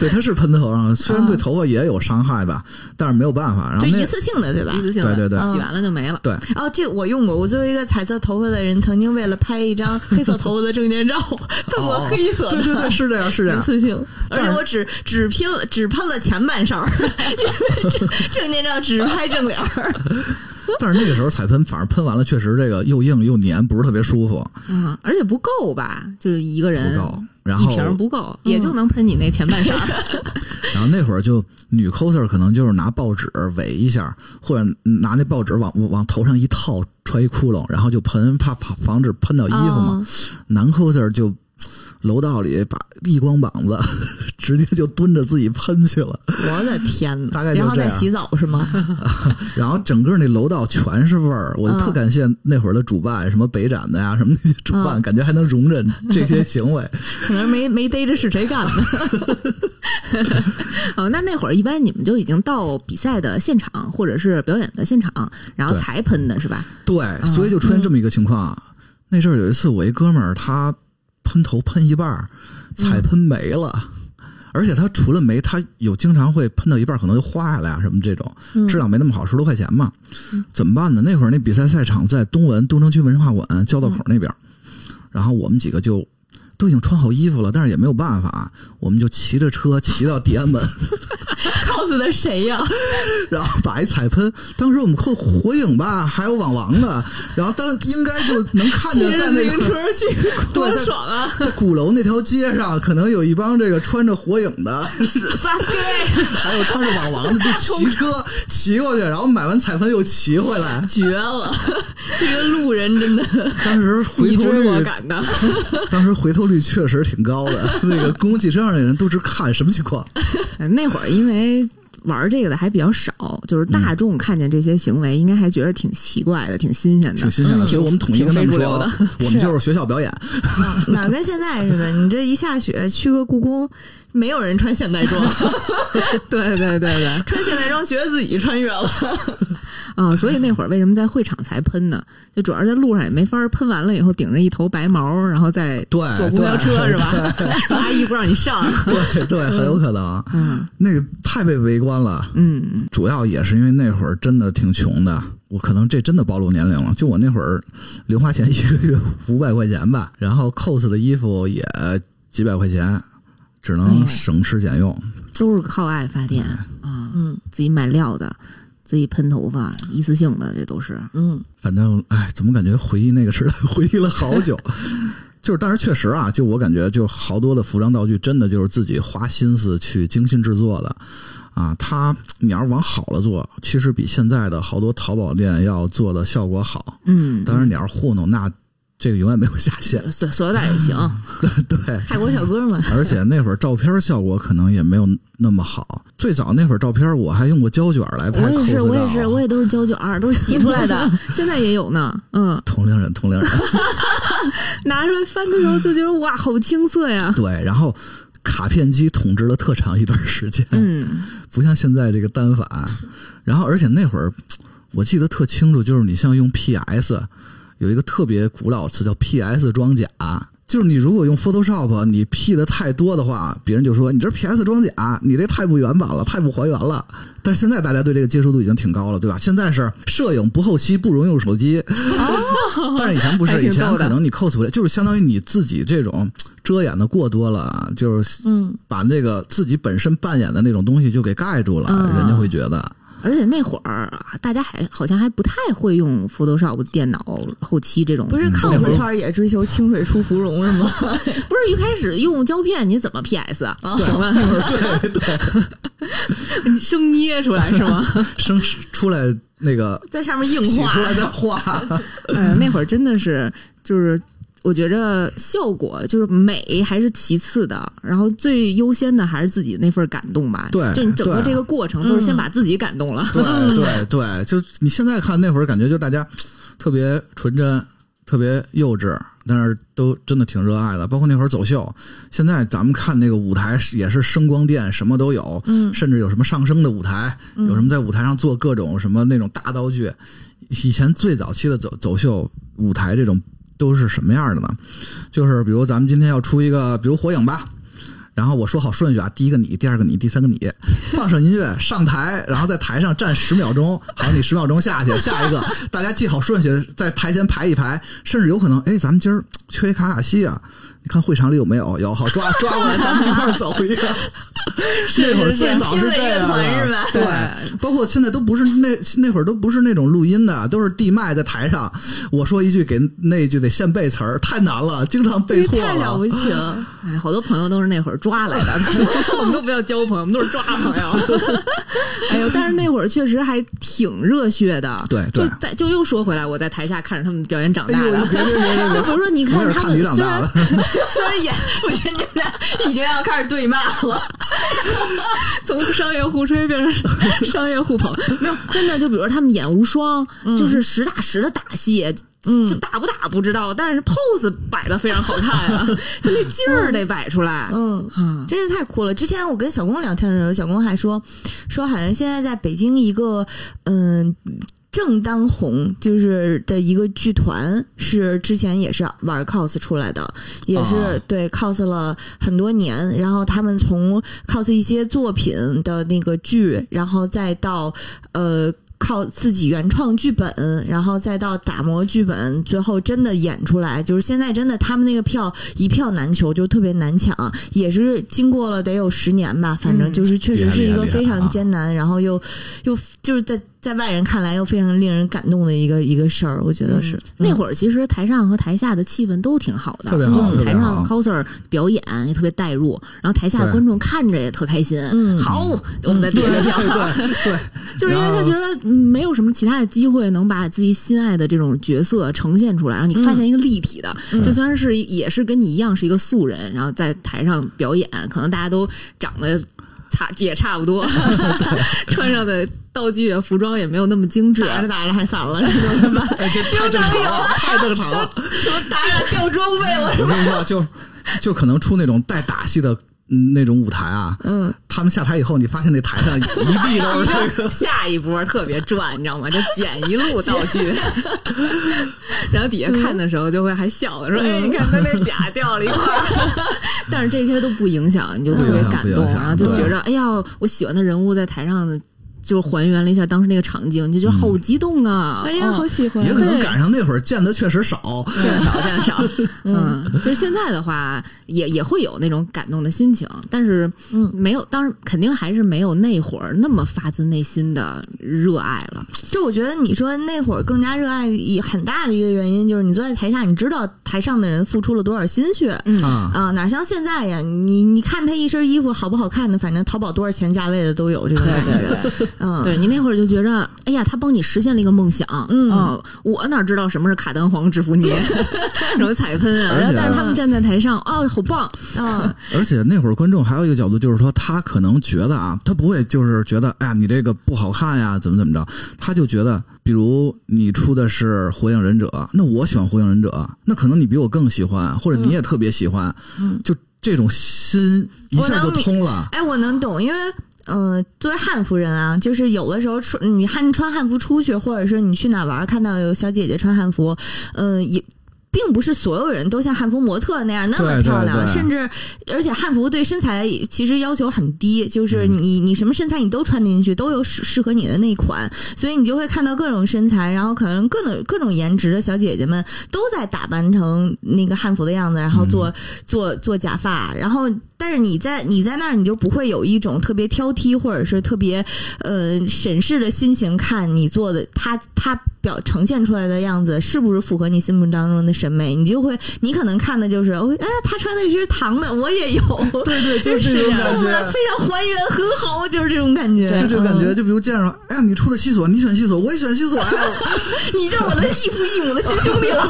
对，它是喷头上，虽然对头发也有伤害吧，但是没有办法。然后嗯就那一次性的，对吧一？次性的，对对对洗完了就没了。嗯对，哦，这我用过。我作为一个彩色头发的人，曾经为了拍一张黑色头发的证 (laughs) 件照，喷过哦黑色的。对对对，是这样是这一 (laughs) 样。次性，而但且是我只只拼了只喷了前半勺儿，因为正正面照只拍正 (laughs) 脸儿。但是那个时候彩喷，反正喷完了确实这个又硬又粘，不是特别舒服，嗯，而且不够吧，就是一个不人够。然一后嗯瓶儿不够，也就能喷你那前半色 (laughs) 儿。然后那会儿就女 coser 可能就是拿报纸围一下，或者拿那报纸往往头上一套，穿一窟窿，然后就喷，怕怕防止喷到衣服哦嘛。男 coser 就楼道里把一光膀子 (laughs) 直接就蹲着自己喷去了，我的天大哪！概就然后这再样洗澡是吗？ (laughs) 然后整个那楼道全是味儿，我就嗯特感谢那会儿的主办，什么北展的呀，什么那些主嗯办，感觉还能容忍这些行为。可能没没逮着是谁干的。哦，那那会儿一般你们就已经到比赛的现场或者是表演的现场，然后对才喷的是吧？对，所以就出现这么一个情况。那阵儿有一次，我一哥们儿他喷头喷一半儿，彩喷没了。而且他除了没，他有经常会喷到一半儿可能就花下来啊，什么这种质量没那么好，十多块钱嘛，怎么办呢？那会儿那比赛赛场在东文东城区文化馆交道口那边儿，然后我们几个就都已经穿好衣服了，但是也没有办法，我们就骑着车骑到地安门， cos 的谁呀？然后把一彩喷，当时我们看火影吧，还有网王的，然后当应该就能看见在那个车去， (laughs) 对在爽啊！在鼓楼那条街上，可能有一帮这个穿着火影的，撒开，还有穿着网王的，就骑车骑过去，然后买完彩喷又骑回来。绝了！这个路人真的， (laughs) 当时回你头追我率，赶的。当时回头率确实挺高的。那个公共汽车上的人都直看什么情况，呃那会儿因为玩这个的还比较少，就是大众看见这些行为，应该还觉得挺奇怪的， (laughs) 挺新鲜的挺。新鲜的。所以我们统一跟他们挺非主说流的， (laughs) 我们就是学校表演。哪跟现在似的？你这一下雪去个故宫，没有人穿现代装，对对对对，穿现代装觉得自己穿越了。啊，所以那会儿为什么在会场才喷呢？就主要是在路上也没法儿喷完了以后顶着一头白毛，然后 (laughs) 再对坐公交车是吧？然后阿姨不让你上， (laughs) 对对，很有可能。嗯那个太被围观了。嗯，主要也是因为那会儿真的挺穷的，我可能这真的暴露年龄了。就我那会儿零花钱一个月 (laughs) 五百块钱吧，然后 cos 的衣服也几百块钱，只能省吃俭用。都是靠爱发电啊，嗯自己买料的，自己喷头发，一次性的这都是。嗯，反正哎，怎么感觉回忆那个时代， (laughs) 回忆了好久。就是，但是确实啊，就我感觉，就好多的服装道具真的就是自己花心思去精心制作的啊。它你要是往好了做，其实比现在的好多淘宝店要做的效果好。嗯，当然，你要是糊弄，那这个永远没有下限。塑塑料袋也行，对，泰国小哥们，而且那会儿照片效果可能也没有那么好。最早那会儿照片，我还用过胶卷来拍我 cos 照。啊也是，我也是，我也都是胶卷儿，都是洗出来的，现在也有呢。嗯，同龄人，同龄人。 (laughs) 拿出来翻的时候就觉得哇，好青涩呀。对，然后卡片机统治了特长一段时间，嗯，不像现在这个单反。然后，而且那会儿我记得特清楚，就是你像用 PS，有一个特别古老词叫 PS 装甲。就是你如果用 Photoshop，你 P 的太多的话，别人就说你这 PS 装甲，你这太不原版了，太不还原了。但是现在大家对这个接受度已经挺高了，对吧？现在是摄影不后期，不容用手机。但是以前不哦还是，挺以逗前的可能你 cos 就是相当于你自己这种遮掩的过多了，就是嗯，把那个自己本身扮演的那种东西就给盖住了，嗯人家会觉得而且那会儿啊大家还好像还不太会用 Photoshop 电脑后期这种，不是嗯那 cos 会儿圈也追求清水出芙蓉是吗？不是一开始用胶片你怎么 PS 啊？请问 (laughs) 对对，生捏出来是吗？生出来 (laughs) 那个 (laughs) 在上面硬洗画出，来再画，哎呀，那会儿真的是就是。我觉着效果就是美还是其次的，然后最优先的还是自己那份感动吧。对就你整个嗯对这个过程都是先把自己感动了。对对对，就你现在看那会儿，感觉就大家特别纯真，特别幼稚，但是都真的挺热爱的。包括那会儿走秀，现在咱们看那个舞台是也是声光电什么都有，嗯甚至有什么上升的舞台，嗯有什么在舞台上做各种什么那种大道具。以前最早期的走走秀舞台这种都是什么样的呢？就是比如咱们今天要出一个，比如火影吧。然后我说好顺序啊，第一个你，第二个你，第三个你，放上音乐上台，然后在台上站十秒钟，好，你十秒钟下去，下一个，大家记好顺序，在台前排一排，甚至有可能，哎，咱们今儿缺一卡卡西啊，你看会场里有没有？有，好抓抓过来，咱们一块儿走一个。那会儿最早 (laughs) 是这样的， (laughs) 对，包括现在都不是那那会儿都不是那种录音的，都是地麦在台上，我说一句给那一句得现背词儿，太难了，经常 (laughs) 背错太了不起了。哎，好多朋友都是那会儿抓来的， (laughs) 我们都不要交朋友，我 (laughs) 们都是抓朋啊友。 (laughs) 哎呦，但是那会儿确实还挺热血的。对对就在就又说回来，我在台下看着他们表演长哎大呦，的。别别别别别就比如说， (laughs) 你我也看是他看们你长虽大然的，虽然演，我觉得你们俩已经要开始对骂了，从商业互吹变 (laughs) 成商业互捧。没有，真的就比如他们演无双，嗯就是实打实的打戏。就打不打不知道，但是 pose 摆的非常好看 (laughs) 啊，就那劲儿得摆出来。嗯，嗯真是太酷了！之前我跟小公聊天的时候，小公还说说好像现在在北京一个嗯。正当红就是的一个剧团，是之前也是玩 cos 出来的，也是、啊对 cos 了很多年。然后他们从 cos 一些作品的那个剧，然后再到呃靠自己原创剧本，然后再到打磨剧本，最后真的演出来。就是现在真的他们那个票一票难求，就特别难抢，也是经过了得有十年吧，反正嗯就是确厉实害是一个厉害非厉害常啊艰难，然后又又就是在在外人看来又非常令人感动的一个一个事儿，我觉得是、那嗯儿会儿其实台上和台下的气氛都挺好的，嗯特别好就是特嗯台别上好 coser 表演也特别带入，然后台下对观众看着也特开心。嗯好，我们在底 (laughs) 下嗯讲，对，就是因为他觉得嗯没有什么其他的机会能把自己心爱的这种角色呈现嗯出来，然后你发现一个立体的，就虽然是也是跟你一样是一个素人，然后在台上表演，可能大家都长得。差也差不 (laughs) 多，穿上的道具、啊服装也没有那么精致，啊打着打着还散了，哎，这太正常了，太正常了。 (laughs) 就 (laughs) 打着掉装备了。我跟你说，就就可能出那种带打戏的嗯那种舞台啊，嗯，他们下台以后，你发现那台上 (laughs) 一地都是那个。下一波特别赚，你知道吗？就捡一路道具，然后底下看的时候就会还笑说：“嗯哎，你看他那 (laughs) 甲掉了一块儿。” (laughs) 但是这些都不影响，你就特别感不影动响不影，响然后就觉对着哎呀，我喜欢的人物在台上。就还原了一下当时那个场景，你就觉得好嗯激动啊！哎呀，嗯好喜欢也！可能赶上那会儿见的确实少，见少见少， (laughs) 嗯，就是现在的话，也也会有那种感动的心情，但是嗯没有，当然肯定还是没有那会儿那么发自内心的热爱了。就我觉得你说那会儿更加热爱，一很大的一个原因就是你坐在台下，你知道台上的人付出了多少心血。嗯啊，啊、哪像现在呀？你你看他一身衣服好不好看的，反正淘宝多少钱价位的都有这种感觉。嗯，对你那会儿就觉着，哎呀，他帮你实现了一个梦想，嗯哦我哪知道什么是卡丹黄制服 (laughs) 泥，什么彩喷啊，而然后且但是他们站在台上，哦，好棒，嗯，而且那会儿观众还有一个角度，就是说他可能觉得啊，他不会就是觉得，哎呀，你这个不好看呀，怎么怎么着，他就觉得，比如你出的是《火影忍者》，那我喜欢《火影忍者》，那可能你比我更喜欢，或者你也特别喜欢，嗯就这种心一下就通了。哎，我能懂，因为。呃，作为汉服人啊，就是有的时候穿你汉穿汉服出去，或者是你去哪玩，看到有小姐姐穿汉服，嗯、也并不是所有人都像汉服模特那样那么对对漂亮，对甚至而且汉服对身材其实要求很低，就是嗯你、你什么身材你都穿进去，都有适适合你的那一款，所以你就会看到各种身材，然后可能各种各种颜值的小姐姐们都在打扮成那个汉服的样子，然后做、嗯做做假发，然后但是你在你在那儿你就不会有一种特别挑剔或者是特别呃审视的心情看你做的他他表呈现出来的样子是不是符合你心目当中的审美，你就会你可能看的就是哦，哎，他穿的是糖的，我也有，对对，就是这种感送的觉非。常还原，很好，就是这种感觉，就这种感觉，嗯，就比如见着，哎呀，你出的西索，你选西索，我也选西索呀。你就是我的异父异母的亲兄弟了，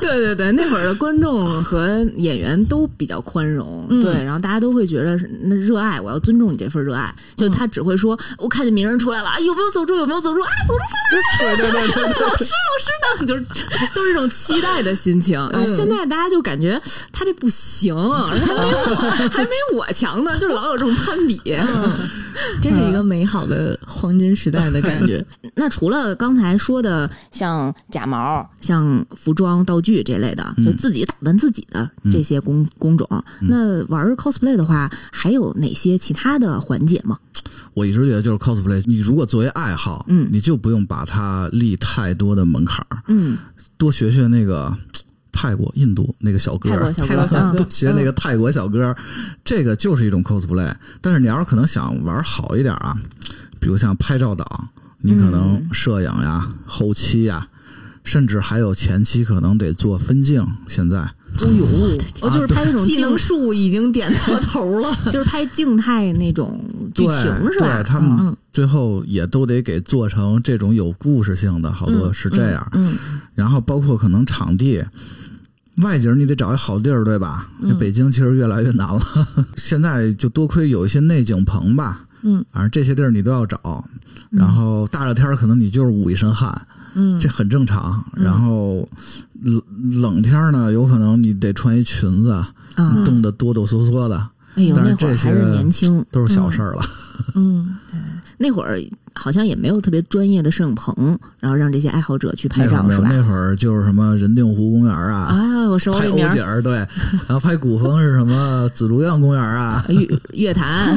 对对对，那会儿的观众和演员都比较宽容，嗯对，然后大家都会觉得是那热爱，我要尊重你这份热爱。就他只会说，我看见名人出来了，啊，有没有走出？有没有走出？啊，走出对对对对呢？对，就是都是这种期待的心情。哎现在大家就感觉他这不行，还没我还没我强呢，就老有这种攀比。 (laughs) 真是一个美好的黄金时代的感觉。那除了刚才说的像假毛、像服装、道具这类的，嗯就自己打扮自己的这些工、工种，那玩 cosplay 的话，还有哪些其他的环节吗？我一直觉得就是 cosplay，你如果作为爱好，嗯你就不用把它立太多的门槛儿，嗯，多学学那个泰国、印度那个小哥儿，泰国小哥泰国小哥都 (laughs) 学嗯那个泰国小哥，这个就是一种 cosplay。但是你要是可能想玩好一点啊，比如像拍照党，你可能嗯摄影呀、后期呀，甚至还有前期可能得做分镜。现在哦呦，哦，就是拍那种技静能，树已经点到 (laughs) 头了，嗯就是拍静态那种剧情对是吧？对，他嗯们最后也都得给做成这种有故事性的，好多是这样。嗯，然后包括可能场地。外景你得找一好地儿，对吧？这嗯北京其实越来越难了， (laughs) 现在就多亏有一些内景棚吧。嗯，反正这些地儿你都要找。然后大热天儿可能你就是捂一身汗，嗯，这很正常。然后冷冷天儿呢，有可能你得穿一裙子，嗯啊，冻得哆哆嗦嗦的，哎呦，嗯但是那会儿这些还是年轻，都是小事儿了。嗯。那会儿好像也没有特别专业的摄影棚，然后让这些爱好者去拍那会儿照没是有，吧？那会儿就是什么人定湖公园啊，啊，我手拍里欧名儿景儿对，然后拍古风是什么紫竹院公园啊，乐乐 (laughs) 坛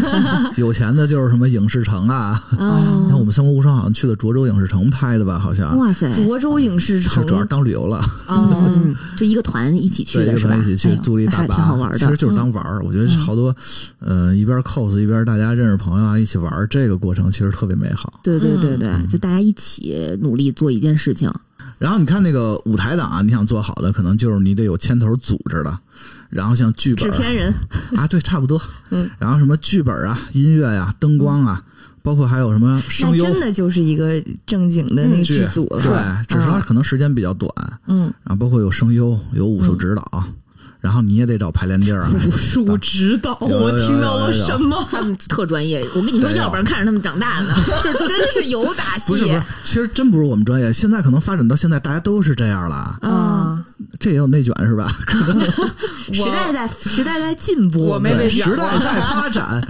有钱的就是什么影视城啊。你看哦，我们三国无双好像去的涿州影视城拍的吧，好像哇塞，涿州影视是城，主要是当旅游了。嗯，就一个团一起去对，的是吧？一起去租了一哎呦大还巴，挺好玩其实的。嗯就是当玩儿。我觉得好多，呃，一边 cos 一边大家认识朋友啊，一起玩儿，这个过程其实特别美好。对对对对，就大家一起努力做一件事情。然后你看那个舞台党啊，你想做好的，可能就是你得有牵头组织的，然后像剧制本儿片人，啊，对，差不多。嗯，然后什么剧本啊、音乐呀、灯光啊，包括还有什么声那优真的就是一个正经的那个剧剧组了。嗯对，只是它可能时间比较短。嗯，然后包括有声优、有武术指导，然后你也得找排练地儿啊。武术指导，有我听到了有有有什么？他们特专业，我跟你说，对要不然看着他们长大呢， (laughs) 就真是有打不是不戏是，其实真不是我们专业。现在可能发展到现在，大家都是这样了。嗯啊，这也有内卷是吧？时代在时代在进步，我没对，被卷时代在发展，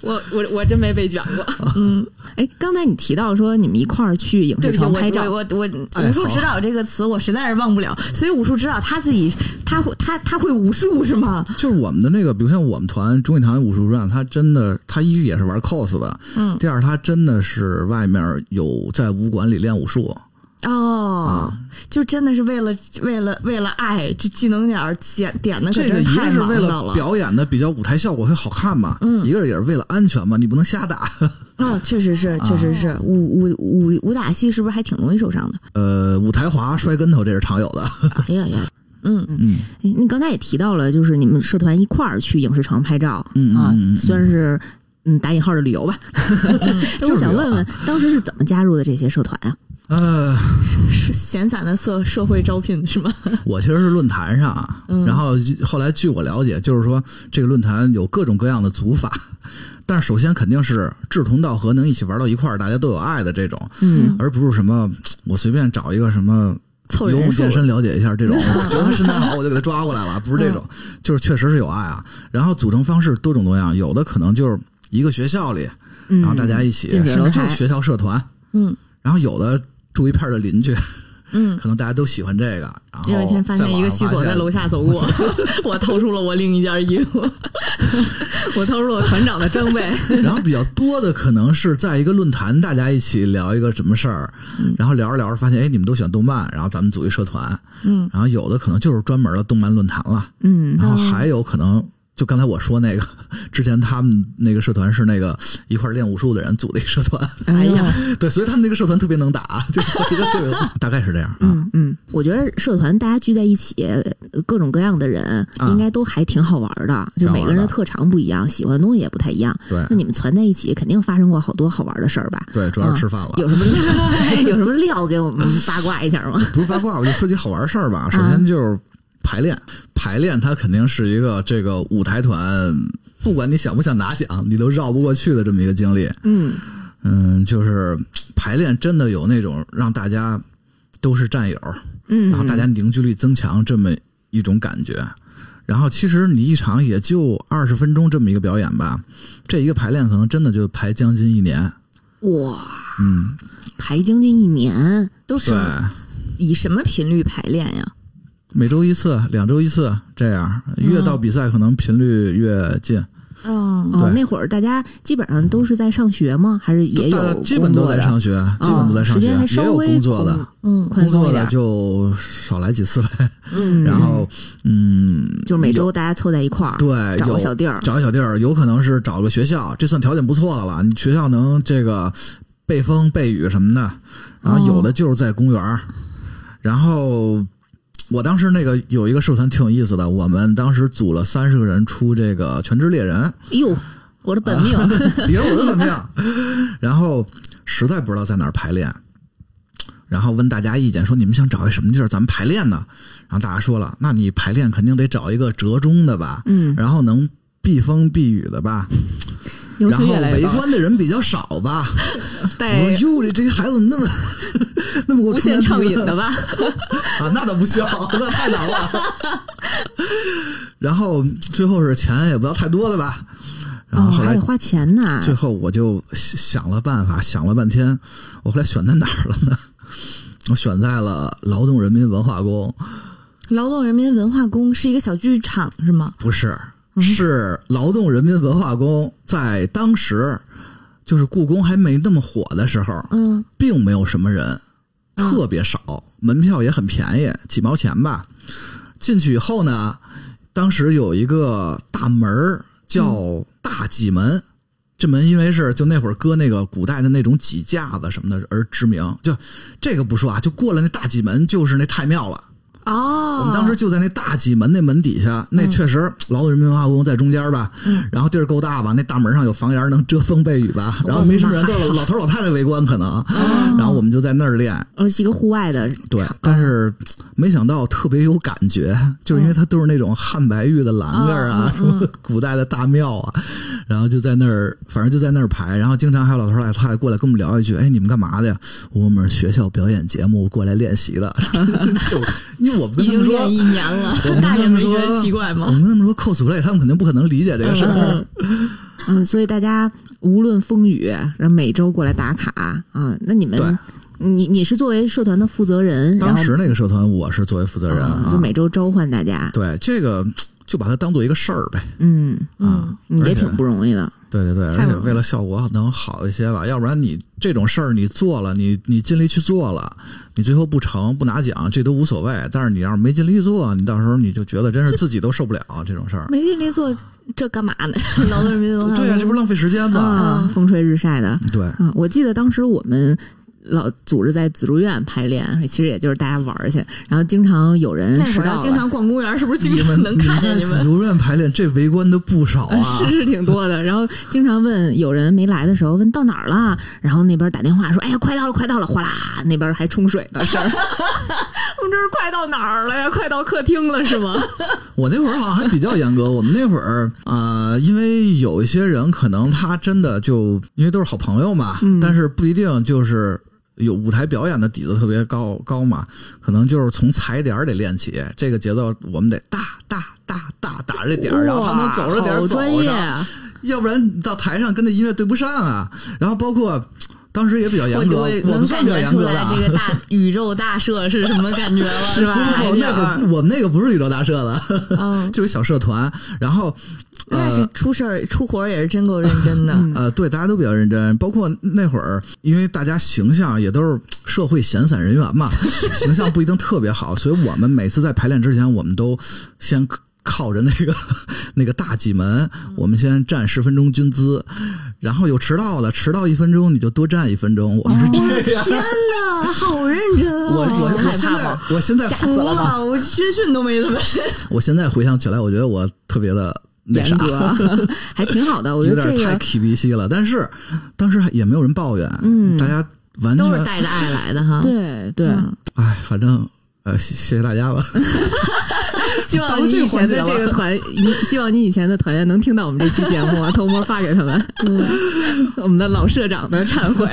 我我我真没被卷过。嗯，哎，刚才你提到说你们一块儿去影对视不起，城我拍照，我我我哎武术指导这个词我实在是忘不了，所以武术指导他自己他会他他会武术是吗？就是我们的那个，比如像我们团中艺堂武术传，他真的，他一也是玩 cos 的，嗯，第二他真的是外面有在武馆里练武术，哦，就真的是为了为了为了爱，这技能点儿点点的可这个真一太个是忙为到了。表演的比较舞台效果会好看嘛，嗯，一个也是为了安全嘛，你不能瞎打。啊，确实是，确实是，武武武武打戏是不是还挺容易受伤的？呃，舞台滑、摔跟头这是常有的，哎呀呀，嗯嗯，你刚才也提到了，就是你们社团一块儿去影视城拍照，嗯啊嗯嗯，嗯嗯虽然是嗯打引号的旅游吧， (laughs) 但我就是旅游啊想问问，当时是怎么加入的这些社团啊？嗯呃，是闲散的社社会招聘是吗？ (laughs) 我其实是论坛上啊，嗯然后后来据我了解，就是说这个论坛有各种各样的组法，但是首先肯定是志同道合，能一起玩到一块儿，大家都有爱的这种，嗯，而不是什么我随便找一个什么凑游人泳数健身了解一下这种，我觉得他身材好我就给他抓过来了，不是这种，嗯就是确实是有爱啊。然后组成方式多种多样，有的可能就是一个学校里，嗯然后大家一起，近水甚楼至就台是学校社团，嗯，然后有的住一片儿的邻居。嗯，可能大家都喜欢这个。然后有一天发现一个西西索在楼下走过，我掏出了我另一件衣服，我掏出了我团长的装备。 (laughs) 然后比较多的可能是在一个论坛，大家一起聊一个什么事儿，嗯然后聊着聊着发现，哎，你们都喜欢动漫，然后咱们组一社团，嗯，然后有的可能就是专门的动漫论坛了，嗯，然后还有可能就刚才我说那个， (laughs) 之前他们那个社团是那个一块儿练武术的人组的一社 (laughs) 团，哎呀，对，所以他们那个社团特别能打，就是我觉得特别 (laughs) 能大概是这样啊。嗯嗯，我觉得社团大家聚在一起，呃各种各样的人啊应该都还挺好玩的，就每个人的特长不一样，喜欢的东西也不太一样。对那你们攒在一起，肯定发生过好多好玩的事儿吧？对，主要是吃饭了。有什 (laughs) 么料有什么料给我们八卦一下吗？不是八卦，我就说几好玩事儿吧。首嗯先就是排练，排练它肯定是一个这个舞台团，不管你想不想拿奖，你都绕不过去的这么一个经历。嗯嗯，就是排练真的有那种让大家都是战友，然后嗯，大家凝聚力增强这么一种感觉。然后其实你一场也就二十分钟这么一个表演吧，这一个排练可能真的就排将近一年。哇，嗯，排将近一年，都对是，以什么频率排练呀？每周一次，两周一次，这样越到比赛可能频率越近。嗯哦对，那会儿大家基本上都是在上学吗？还是也有大家基本工都作在的？嗯哦上学，基本都在上时学，间还也稍有微工作的，嗯，工宽松作一的点。就少来几次呗。嗯，然后，嗯，就是每周大家凑在一块儿，对找有个小地儿，找个小地儿，有可能是找个学校，这算条件不错的了。你学校能这个背风背雨什么的，然后有的就是在公园儿。嗯然后我当时那个有一个社团挺有意思的，我们当时组了三十个人出这个《全职猎人》，哟，哎我的本 (laughs) 命，你说我的怎么样？ (laughs) 然后实在不知道在哪儿排练，然后问大家意见，说你们想找一什么地儿咱们排练呢？然后大家说了，那你排练肯定得找一个折中的吧，嗯，然后能避风避雨的吧，尤然其后越来围越高观的人比较少吧。我带说哟，这这些孩子怎么 (laughs) 那么那么给我无出限难题畅饮 (laughs) 的吧？啊？那倒不 (laughs) 需要，那太难了。然后最后是钱也不要太多的吧，然后哦，后还来得花钱呢，最后我就想了办法，想了半天，我后来选在哪儿了呢？我选在了劳动人民文化宫，劳动人民文化宫是一个小剧场是吗？不是，是劳动人民文化宫。在当时，就是故宫还没那么火的时候，嗯，并没有什么人，特别少，门票也很便宜，几毛钱吧。进去以后呢，当时有一个大门儿叫大戟门。这门因为是就那会儿搁那个古代的那种戟架子什么的而知名，就这个不说啊，就过了那大戟门就是那太庙了。哦，我们当时就在那大戟门那门底下，那确实劳动人民文化宫在中间吧，然后地儿够大吧，那大门上有房檐能遮风被雨吧，然后没什么人，都是老头老太太围观可能，然后我们就在那儿练，呃，是一个户外的，对，但是没想到特别有感觉，就是因为它都是那种汉白玉的栏杆 (laughs) 啊，什么古代的大庙啊，然后就在那儿，反正就在那儿排，然后经常还有老头老太太过来跟我们聊一句：“哎，你们干嘛的呀？”我们是学校表演节目过来练习的， (laughs) 就因为我们跟嗯已他们经说练一年 (laughs) 了我，们大这爷么们觉说得奇怪我吗？嗯们跟他们说 cosplay，他们肯定不可能理解这个事儿。嗯，所以大家无论风雨，然后每周过来打卡啊。那你们，你你是作为社团的负责人，然嗯当后时那个社团我是作为负责人啊啊，就每周召唤大家，对这个就把它当做一个事儿呗嗯，啊，而也且挺不容易的。对对对，而太且容易为了效果能好一些吧，要不然你这种事儿你做了，你你尽力去做了，你最后不成不拿奖，这都无所谓。但是你要是没尽力做，你到时候你就觉得真是自己都受不了这种事儿。没尽力做这干嘛呢？嗯劳动人民文化对呀、啊这不是浪费时间吗？啊，风吹日晒的，对，嗯，我记得当时我们老组织在紫竹院排练，其实也就是大家玩儿去，然后经常有人那迟会儿要到经了，常逛公园，是不是经你常们能你看们见在你紫们？竹院排练，这围观的不少 (laughs) 啊。是是挺多的。然后经常问有人没来的时候问到哪儿了，然后那边打电话说：“哎呀，快到了，快到了！”哗啦，那边还冲水的事儿。我们这是快到哪儿了呀？快到客厅了是吗？我那会儿好像还比较严格，我们那会儿呃，因为有一些人可能他真的就因为都是好朋友嘛，嗯但是不一定就是有舞台表演的底子特别高高嘛，可能就是从踩点儿得练起，这个节奏我们得大大大大打着这点儿，然后他能走着点哇儿好走专业着，啊！要不然你到台上跟那音乐对不上啊。然后包括当时也比较我严格，我我能们算感比较觉严出格的来啊。这个 (laughs) 大宇宙大社是什么感觉了， (laughs) 是吧？哦不不，我们那还个是我们那个不是宇宙大社的，(laughs) 嗯，就是小社团。然后那是出事儿出活儿也是真够认真的。呃，对，大家都比较认真，包括那会儿，因为大家形象也都是社会闲散人员嘛， (laughs) 形象不一定特别好，所以我们每次在排练之前，我们都先靠着那个那个大挤门，我们先站十分钟军姿，然后有迟到了，迟到一分钟你就多站一分钟，我们是这样。天哪，啊好认真哦我我啊！我现在我现在服了，我军训都没怎么我现在回想起来，我觉得我特别的那啥严。 (laughs) 格，啊还挺好的。我觉有得点这太个 K B C 了，但是当时也没有人抱怨，嗯大家完都是全带着爱来的哈。对对，哎，反正呃，谢谢谢大家吧。 (laughs) 希到望你这个以前环节的这了个团，你希望你以前的团员能听到我们这期节目啊，偷摸发给他们。嗯，我们的老社长的忏悔。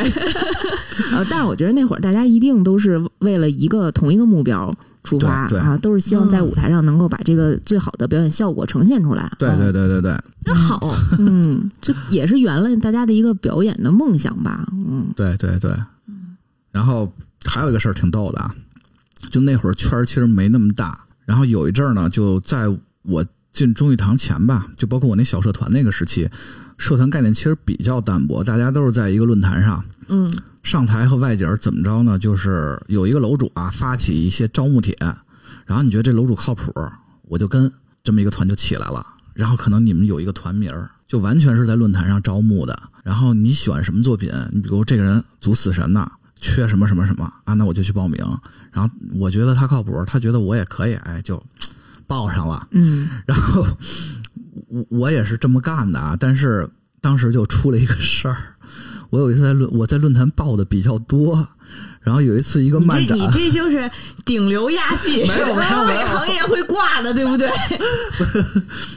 呃，但是我觉得那会儿大家一定都是为了一个同一个目标出发对对啊，都是希望在舞台上能够把这个最好的表演效果呈现出来。对啊对对对对真好，嗯，这也是圆了大家的一个表演的梦想吧。嗯，对对对。然后还有一个事儿挺逗的啊，就那会儿圈儿其实没那么大，然后有一阵儿呢，就在我进中艺堂前吧，就包括我那小社团那个时期，社团概念其实比较淡薄，大家都是在一个论坛上，嗯，上台和外景儿怎么着呢？就是有一个楼主啊发起一些招募帖，然后你觉得这楼主靠谱，我就跟这么一个团就起来了。然后可能你们有一个团名儿，就完全是在论坛上招募的。然后你喜欢什么作品？你比如这个人组死神呐，缺什么什么什么啊，那我就去报名。然后我觉得他靠谱，他觉得我也可以，哎，就报上了。嗯，然后我我也是这么干的啊，但是当时就出了一个事儿。我有一次在论我在论坛报的比较多，然后有一次一个你漫这展，你这就是顶流亚 (laughs) 系，没有没有没有每行业会挂的，对 (laughs) 不对？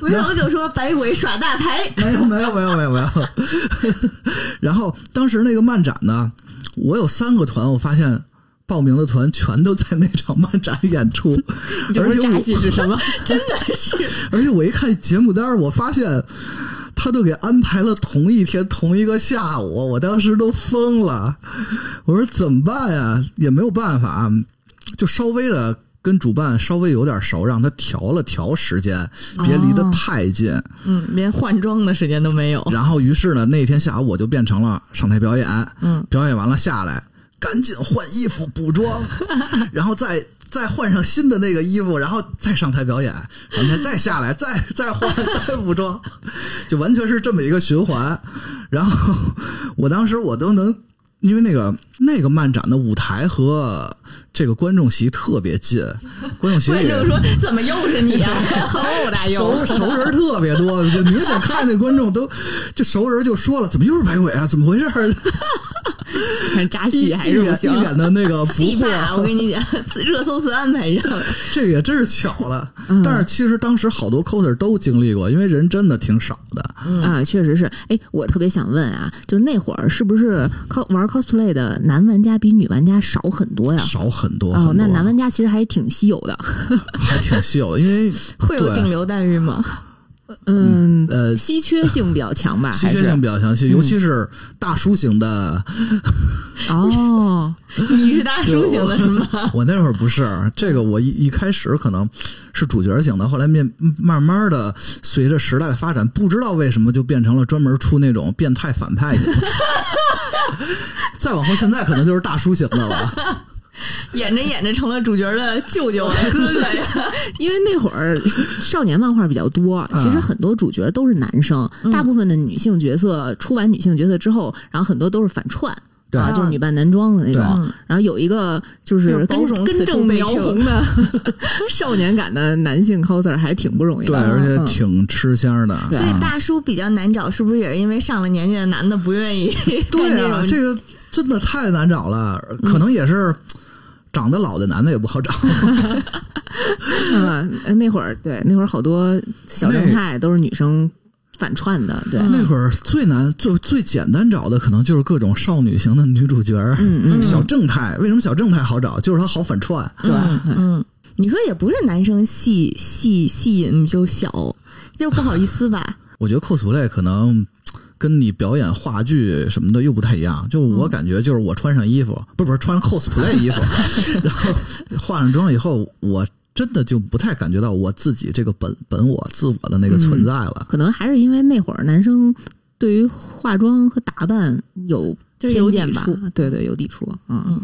回头就说百鬼耍大牌，没有没有没有没有没有。 (laughs) 然后当时那个漫展呢，我有三个团，我发现报名的团全都在那场漫展演出，而且我戏是什 (laughs) 么？而且我一看节目单儿，我发现他都给安排了同一天同一个下午，我当时都疯了。我说怎么办呀？也没有办法，啊就稍微的跟主办稍微有点熟，让他调了调时间，别离得太近。嗯，连换装的时间都没有。然后于是呢，那天下午我就变成了上台表演，嗯，表演完了下来，赶紧换衣服补 (laughs) 妆，然后再再换上新的那个衣服，然后再上台表演，然后再下来，再再换，再补妆， (laughs) 就完全是这么一个循环。然后我当时我都能。因为那个那个漫展的舞台和这个观众席特别近，观众席 (laughs) 观里众说：“怎么又是你啊？好大熟佑熟人特别多，就明显看那观众都，就熟人就说了，怎么又是百鬼啊？怎么回事儿？ (laughs) 扎一一戏还是不脸一行。脸的那个不戏 (laughs) 霸！我惑，跟你讲，热搜词安排上了，这个也真是巧了。嗯但是其实当时好多 coser 都经历过，因为人真的挺少的。啊，确实是。哎，我特别想问啊，就那会儿是不是 cos 玩 cosplay 的男玩家比女玩家少很多呀？少很多哦，很那多男玩家其实还挺稀有的。还挺稀有的，因为会有对顶流待遇吗？嗯，呃稀缺性比较强吧？稀还缺是嗯性比较强，尤其是大叔型的。哦， (laughs) 你是大叔型的是吗？ (laughs) 我那会儿不是这个，我一一开始可能是主角型的，后来面嗯慢慢的随着时代的发展，不知道为什么就变成了专门出那种变态反派型的。 (laughs) 再往后，现在可能就是大叔型的了。演着演着成了主角的舅舅啊、哥哥呀。因为那会儿少年漫画比较多，其嗯实很多主角都是男生，大部分的女性角色出完女性角色之后，然后很多都是反串。对啊，就是女扮男装的那种对啊嗯，然后有一个就是包根容根此处正被苗撤红 (laughs) 的少年感的男性 coser 还挺不容易对，的，而且嗯挺吃香的。对所以啊 (laughs) 大叔比较难找，是不是也是因为上了年纪的男的不 (laughs) 愿意干对啊，种？这个真的太难找了，可能也是长得老的男的也不好找。嗯，那会儿对，那会儿好多小正太都是女生反串的，对，嗯那会儿最难、最最简单找的，可能就是各种少女型的女主角，嗯嗯，小正太。为什么小正太好找？就是她好反串。对，嗯，你说也不是男生戏戏戏瘾就小，就是不好意思吧？ (laughs) 我觉得 cosplay 可能。跟你表演话剧什么的又不太一样。就嗯我感觉，就是我穿上衣服，不是不是穿上 cosplay (laughs) 衣服，然后化上妆以后，我真的就不太感觉到我自己这个本本我自我的那个嗯存在了。可能还是因为那会儿男生对于化妆和打扮有就是有偏见抵吧触，对对，有抵触，嗯。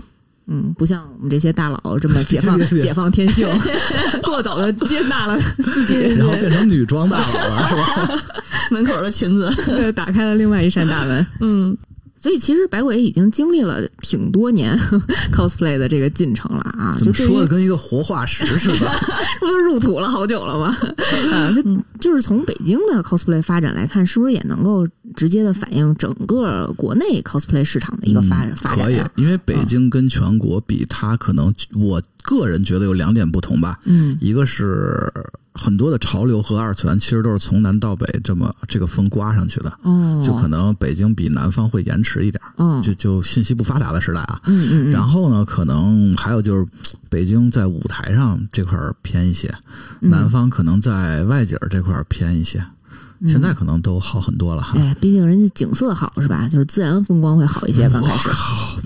嗯，不像我们这些大佬这么解放别别别解放天性， (laughs) 过早的接纳了自己，嗯然后变成女装大佬了，是 (laughs) 吧？门口的裙子，对，打开了另外一扇大门。嗯，所以其实百鬼已经经历了挺多年 (laughs) cosplay 的这个进程了啊，就怎么对于说的跟一个活化石似的？这不都入土了好久了 (laughs) 吗？啊，就就是从北京的 cosplay 发展来看，是不是也能够直接的反映整个国内 cosplay 市场的一个发展、嗯发展可以啊？，因为北京跟全国比，它可能我个人觉得有两点不同吧。嗯一个是很多的潮流和二次元其实都是从南到北这么这个风刮上去的，哦，就可能北京比南方会延迟一点儿，哦就就信息不发达的时代啊。嗯嗯嗯，然后呢，可能还有就是北京在舞台上这块儿偏一些，嗯南方可能在外景儿这块儿偏一些。嗯现在可能都好很多了哈。哎，毕竟人家景色好是吧？就是自然风光会好一些。刚开始我靠，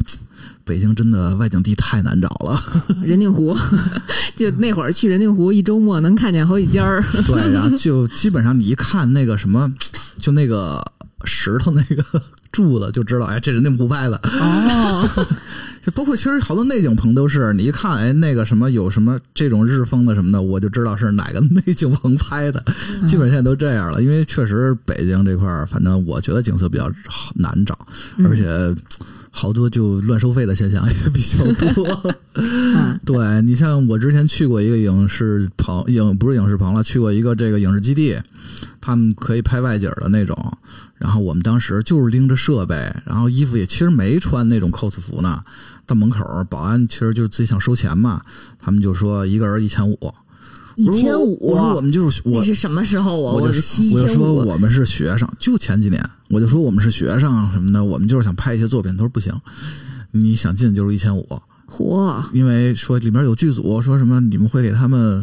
北京真的外景地太难找了。人定湖， (laughs) 就那会儿去人定湖一周末能看见好几家 (laughs) 儿。 (laughs) 对，然后就基本上你一看那个什么，就那个石头那个 (laughs) 柱子，就知道，哎，这人定湖拍的。哦， (laughs) 就包括其实好多内景棚都是，你一看，哎，那个什么有什么这种日风的什么的，我就知道是哪个内景棚拍的。基本现在都这样了，因为确实北京这块儿，反正我觉得景色比较好难找，而且好多就乱收费的现象也比较多。嗯对你像我之前去过一个影视棚，影不是影视棚了，去过一个这个影视基地，他们可以拍外景的那种。然后我们当时就是拎着设备，然后衣服也其实没穿 (laughs) 那种 cos 服呢。到门口，保安其实就是自己想收钱嘛，他们就说一个人一千五，一千五，我说我们就是我那是什么时候啊？我我就一我就千说五，我们是学生，就前几年我就说我们是学生什么的，我们就是想拍一些作品。他说不行，你想进就是一千五，嚯，因为说里面有剧组说什么你们会给他们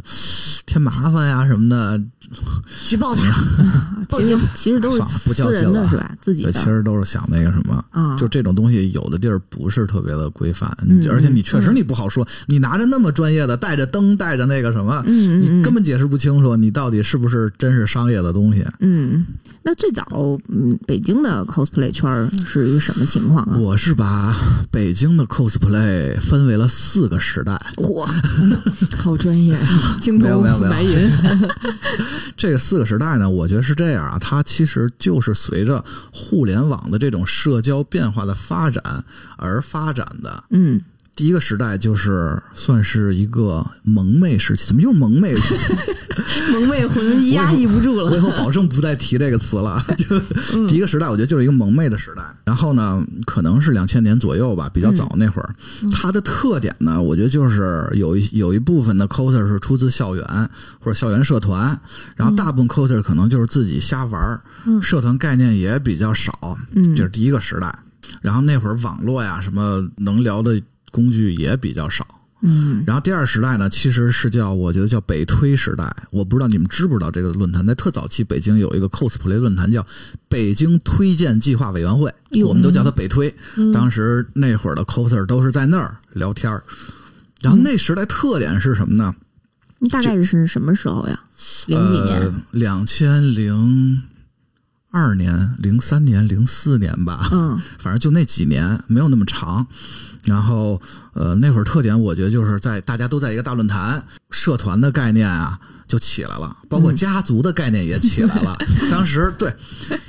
添麻烦呀什么的，举报 (laughs) 他，其实其实都是算了不较私人劲的了是吧？自己对的其实都是想那个什么。啊，就这种东西，有的地儿不是特别的规范，嗯而且你确实你不好说，你拿着那么专业的，带着灯，带着那个什么，嗯嗯你嗯根本解释不清楚，你到底是不是真是商业的东西。嗯，那最早嗯，北京的 cosplay 圈儿是一个什么情况啊？我是把北京的 cosplay 分为了四个时代，我好专业啊，青没有铜没有没有白银， (laughs) 这四个时代呢，我觉得是这样啊，它其实就是随着互联网的这种社交变化的发展而发展的。嗯，第一个时代就是算是一个蒙昧时期，怎么又是蒙昧？蒙昧魂压抑不住我以了。嗯后保证不再提这个词 (laughs) 了。就第一个时代，我觉得就是一个蒙昧的时代。然后呢，可能是两千年左右吧，比较早那会儿。嗯它的特点呢，我觉得就是有一有一部分的 coser 是出自校园或者校园社团，然后大部分 coser 可能就是自己瞎玩儿，嗯社团概念也比较少。嗯这是第一个时代。然后那会儿网络呀，什么能聊的工具也比较少。嗯然后第二时代呢，其实是叫我觉得叫北推时代，我不知道你们知不知道这个论坛，在特早期北京有一个 cosplay 论坛叫北京推荐计划委员会，我们都叫它北推。嗯当时那会儿的 coser 都是在那儿聊天儿。然后那时代特点是什么呢？你大概是什么时候呀？零几年？呃，两千零二年、零三年、零四年吧。嗯反正就那几年没有那么长。然后，呃，那会儿特点我觉得就是在大家都在一个大论坛，社团的概念啊就起来了，包括家族的概念也起来了。 (laughs) 当时对，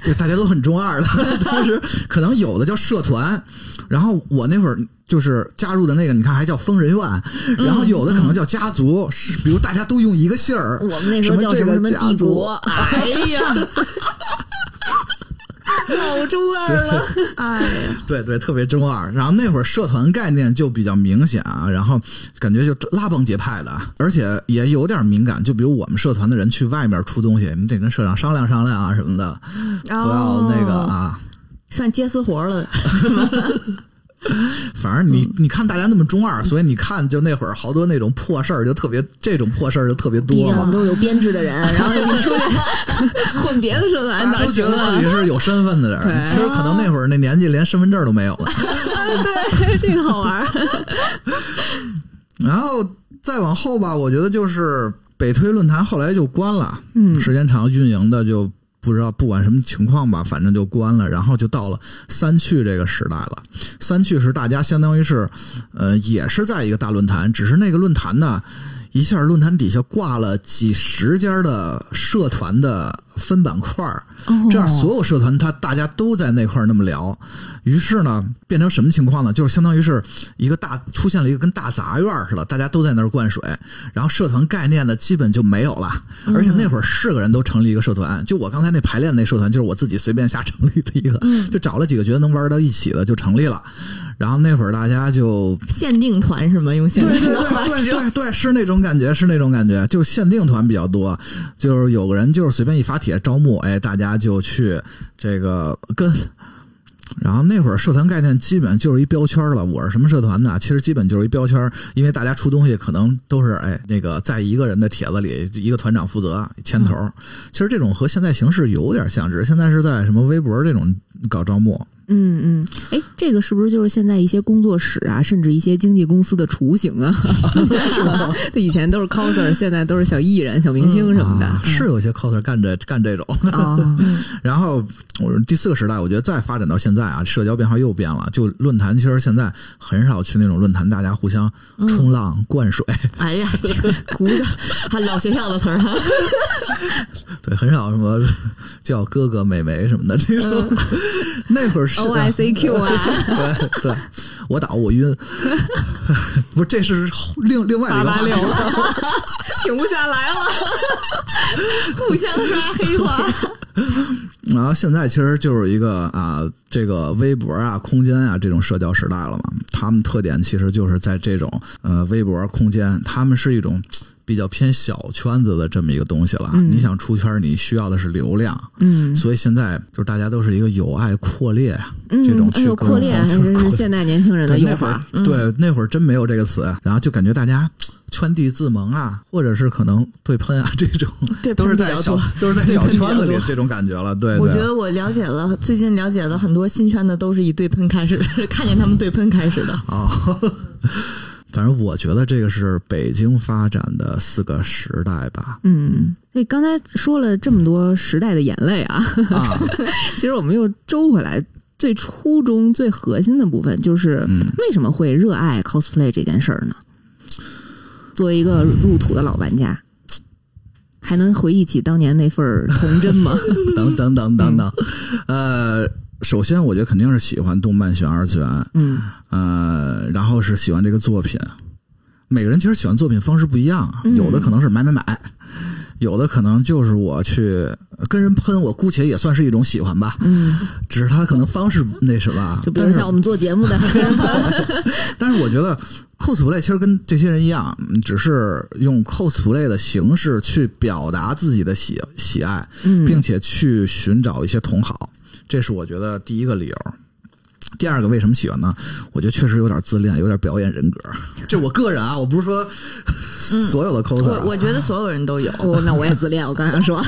就大家都很中二的， (laughs) 当时可能有的叫社团，然后我那会儿。就是加入的那个，你看还叫疯人院，然后有的可能叫家族，是比如大家都用一个姓儿，我们那时候叫什么什么帝国， (laughs) 哎 (laughs) 呀，老中二了。哎呀，对对，特别中二。然后那会儿社团概念就比较明显啊，然后感觉就拉帮结派的，而且也有点敏感。就比如我们社团的人去外面出东西，你得跟社长商量商量啊什哦么的，不要那个啊。 (laughs) 算接私活了。反正你你看大家那么中二，所以你看就那会儿好多那种破事儿就特别，这种破事儿就特别毕多竟我们嘛。都是有编制的 (laughs) 人，然后你出去混别的社团哪大儿家都觉行得啊自？己是有身份的人，对其实可能那会儿那年纪连身份证都没有了。对， (laughs) 这个好玩儿。然后再往后吧，我觉得就是北推论坛后来就关了，嗯时间长运营的就不知道不管什么情况吧，反正就关了。然后就到了三趣这个时代了。三趣是大家相当于是，呃，也是在一个大论坛，只是那个论坛呢，一下论坛底下挂了几十家的社团的分板块儿，这样所有社团它大家都在那块儿那么聊，于是呢，变成什么情况呢？就是相当于是一个大出现了一个跟大杂院儿似的，大家都在那儿灌水，然后社团概念呢基本就没有了。而且那会儿是个人都成立一个社团，就我刚才那排练那社团，就是我自己随便瞎成立的一个，就找了几个觉得能玩到一起的就成立了。然后那会儿大家就限定团是吗？(laughs) 用限对定对团对对对对，是那种感觉，是那种感觉，就是限定团比较多，就是有个人就是随便一发帖招募，哎，大家就去这个跟。然后那会儿社团概念基本就是一标签了，我是什么社团呢？其实基本就是一标签，因为大家出东西可能都是哎那个在一个人的帖子里，一个团长负责牵头。其实这种和现在形式有点像，只是现在是在什么微博这种搞招募。嗯嗯，哎，这个是不是就是现在一些工作室啊，甚至一些经纪公司的雏形 (laughs) 啊？对以前都是 coser，现在都是小艺人、小明星什么的。啊是有一些 coser 干这干这种。啊，然后我说第四个时代，我觉得再发展到现在啊，社交变化又变了。就论坛，其实现在很少去那种论坛，大家互相冲浪、灌水，哎呀，这个古的，还 (laughs) 老学校的词儿啊哈。 (laughs) 对，很少什么叫哥哥、妹妹什么的这种。 (laughs) 那会儿是嗯 O I C Q 啊， (laughs) 对对，我倒我晕， (laughs) 不是，这是后另另外一个话题886停 (laughs) 不下来了，互相刷黑话。 (laughs) 然后现在其实就是一个啊，这个微博啊、空间啊这种社交时代了嘛。他们特点其实就是在这种呃微博、空间，他们是一种嘖比较偏小圈子的这么一个东西了。嗯你想出圈，你需要的是流量，嗯，所以现在就是大家都是一个友爱扩列啊，嗯这种哎去呦，沟扩通列还就是真扩嗯是列现代年轻人的对，用那会儿法。。对那会儿真没有这个词，啊然后就感觉大家圈地自萌啊，或者是可能对喷啊这种，对都是喷比在较小多都是 (laughs) 在小喷比圈较子里多这种感觉了。对，我对觉得我了解了，最近了解了很多新圈的，都是以对喷开始， (laughs) 看见他们对喷开始的。啊、 (laughs) 反正我觉得这个是北京发展的四个时代吧嗯，所以刚才说了这么多时代的眼泪啊，啊，其实我们又周回来最初中最核心的部分，就是嗯为什么会热爱 cosplay 这件事儿呢？作为一个入土的老玩家，还能回忆起当年那份儿童真 (laughs) 吗？等等等等等，嗯呃，首先我觉得肯定是喜欢动漫、喜欢二次元，嗯呃，然后是喜欢这个作品。每个人其实喜欢作品方式不一样啊，嗯有的可能是买买买，有的可能就是我去跟人喷，我姑且也算是一种喜欢吧。嗯，只是他可能方式那什么，啊就比但如是像我们做节目的 (laughs) 但是我觉得 cosplay 其实跟这些人一样，嗯只是用 cosplay 的形式去表达自己的喜喜爱，嗯嗯并且去寻找一些同好，这是我觉得第一个理由。第二个为什么喜欢呢？我觉得确实有点自恋，有点表演人格。这我个人啊，我不是说所有的 coser，、啊嗯我我觉得所有人都有，哦，那我也自恋，我刚想说，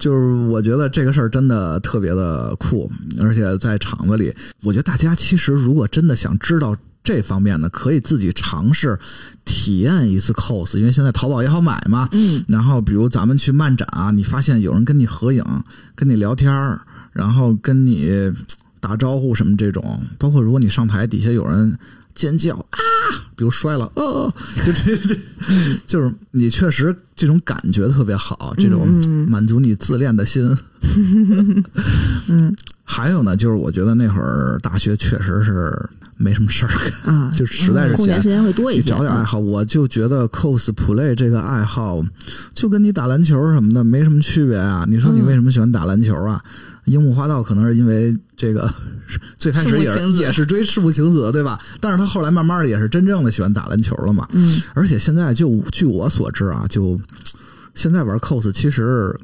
就是我觉得这个事儿真的特别的酷，而且在厂子里，我觉得大家其实如果真的想知道这方面的，可以自己尝试体验一次 cos，因为现在淘宝也好买嘛。嗯。然后比如咱们去漫展啊，你发现有人跟你合影，跟你聊天儿，然后跟你打招呼什么这种，包括如果你上台底下有人尖叫啊，比如摔了，哦，就这这， (laughs) 就是你确实这种感觉特别好，这种满足你自恋的心。嗯，还有呢，就是我觉得那会儿大学确实是没什么事儿干啊 (laughs) 就 (laughs) 实在是空闲闲时间会多一你些。嗯找点爱好，我就觉得 cosplay 这个爱好，就跟你打篮球什么的没什么区别啊。你嗯说你为什么喜欢打篮球啊？樱木花道可能是因为这个， (laughs) 最开始也赤木是晴子也是追赤木晴子，对吧？但是他后来慢慢的也是真正的喜欢打篮球了嘛。嗯而且现在就据我所知啊，就现在玩 cos 其实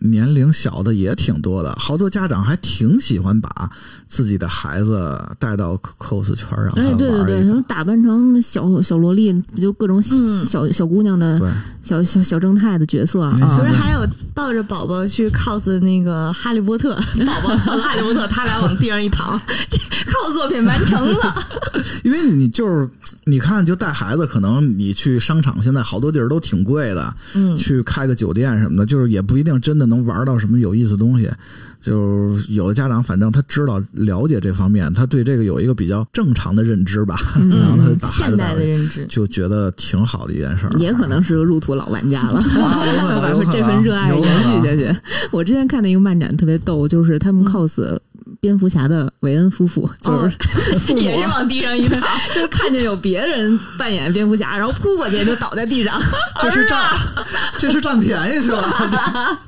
年龄小的也挺多的，好多家长还挺喜欢把自己的孩子带到 cos 圈儿让他哎，玩对对对，一嗯什个么打扮成小小萝莉，就各种小、小姑娘的对小小小正太的角色啊你，看不是还有抱着宝宝去 cos 那个哈利波特，宝宝和哈利波特，他俩往地上一躺，这 cos 作品完成了。因为你就是你看，就带孩子，可能你去商场，现在好多地儿都挺贵的，嗯去开个酒店什么的，就是也不一定真的能玩到什么有意思的东西。就是有的家长，反正他知道了解这方面，他对这个有一个比较正常的认知吧，嗯然后他就把孩现子带代的回去，认知，就觉得挺好的一件事儿。也可能是个入土老玩家了。啊有可能把有可能这份啊热爱有可延能续下去。 (laughs) 我之前看的一个漫展特别逗，就是他嗯们 cos 蝙蝠侠的韦恩夫哦妇，就是、父母也是往地上 (laughs) 一躺，就是看见有别人扮演蝙蝠侠，然后扑过去就倒在地 (laughs) 上，这是占，啊这是占便宜去 (laughs) 了。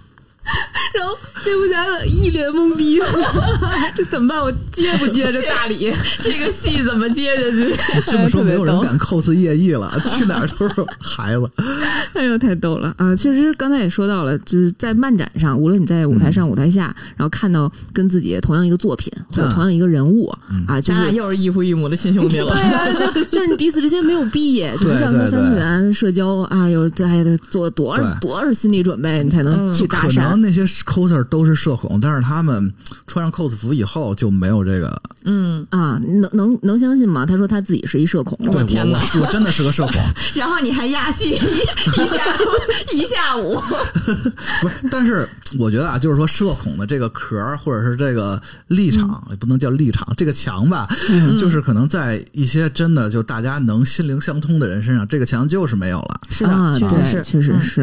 然后蝙蝠侠一脸懵逼， (laughs) 这怎么办？我接不接这大礼？ (laughs) 这个戏怎么接下去？这哎么说，没有人敢 cos 夜艺了，去哪儿都是孩子。 (laughs) 哎呦，太逗了啊！确实，刚才也说到了，就是在漫展上，无论你在舞台嗯上、舞台下，然后看到跟自己同样一个作品或者嗯同样一个人物、啊，就咱俩是又是异父异母的亲兄弟了对。啊，就就是你彼此之间没有避，就是像对说对三次元社交啊，有哎得做多少对多少心理准备，你才嗯能去搭可讪能。那些 coser 都是社恐，但是他们穿上 cos 服以后就没有这个。嗯，啊，能能能相信吗？他说他自己是一社恐，对，天我哪我我真的是 (laughs) 个社恐，然后你还压戏一下午一下午，不是。但是我觉得啊，就是说社恐的这个壳儿或者是这个立场，嗯也不能叫立场，这个墙吧，就是可能在一些真的就大家能心灵相通的人身上，这个墙就是没有了。 (laughs) 是啊，确对实是，嗯确实是。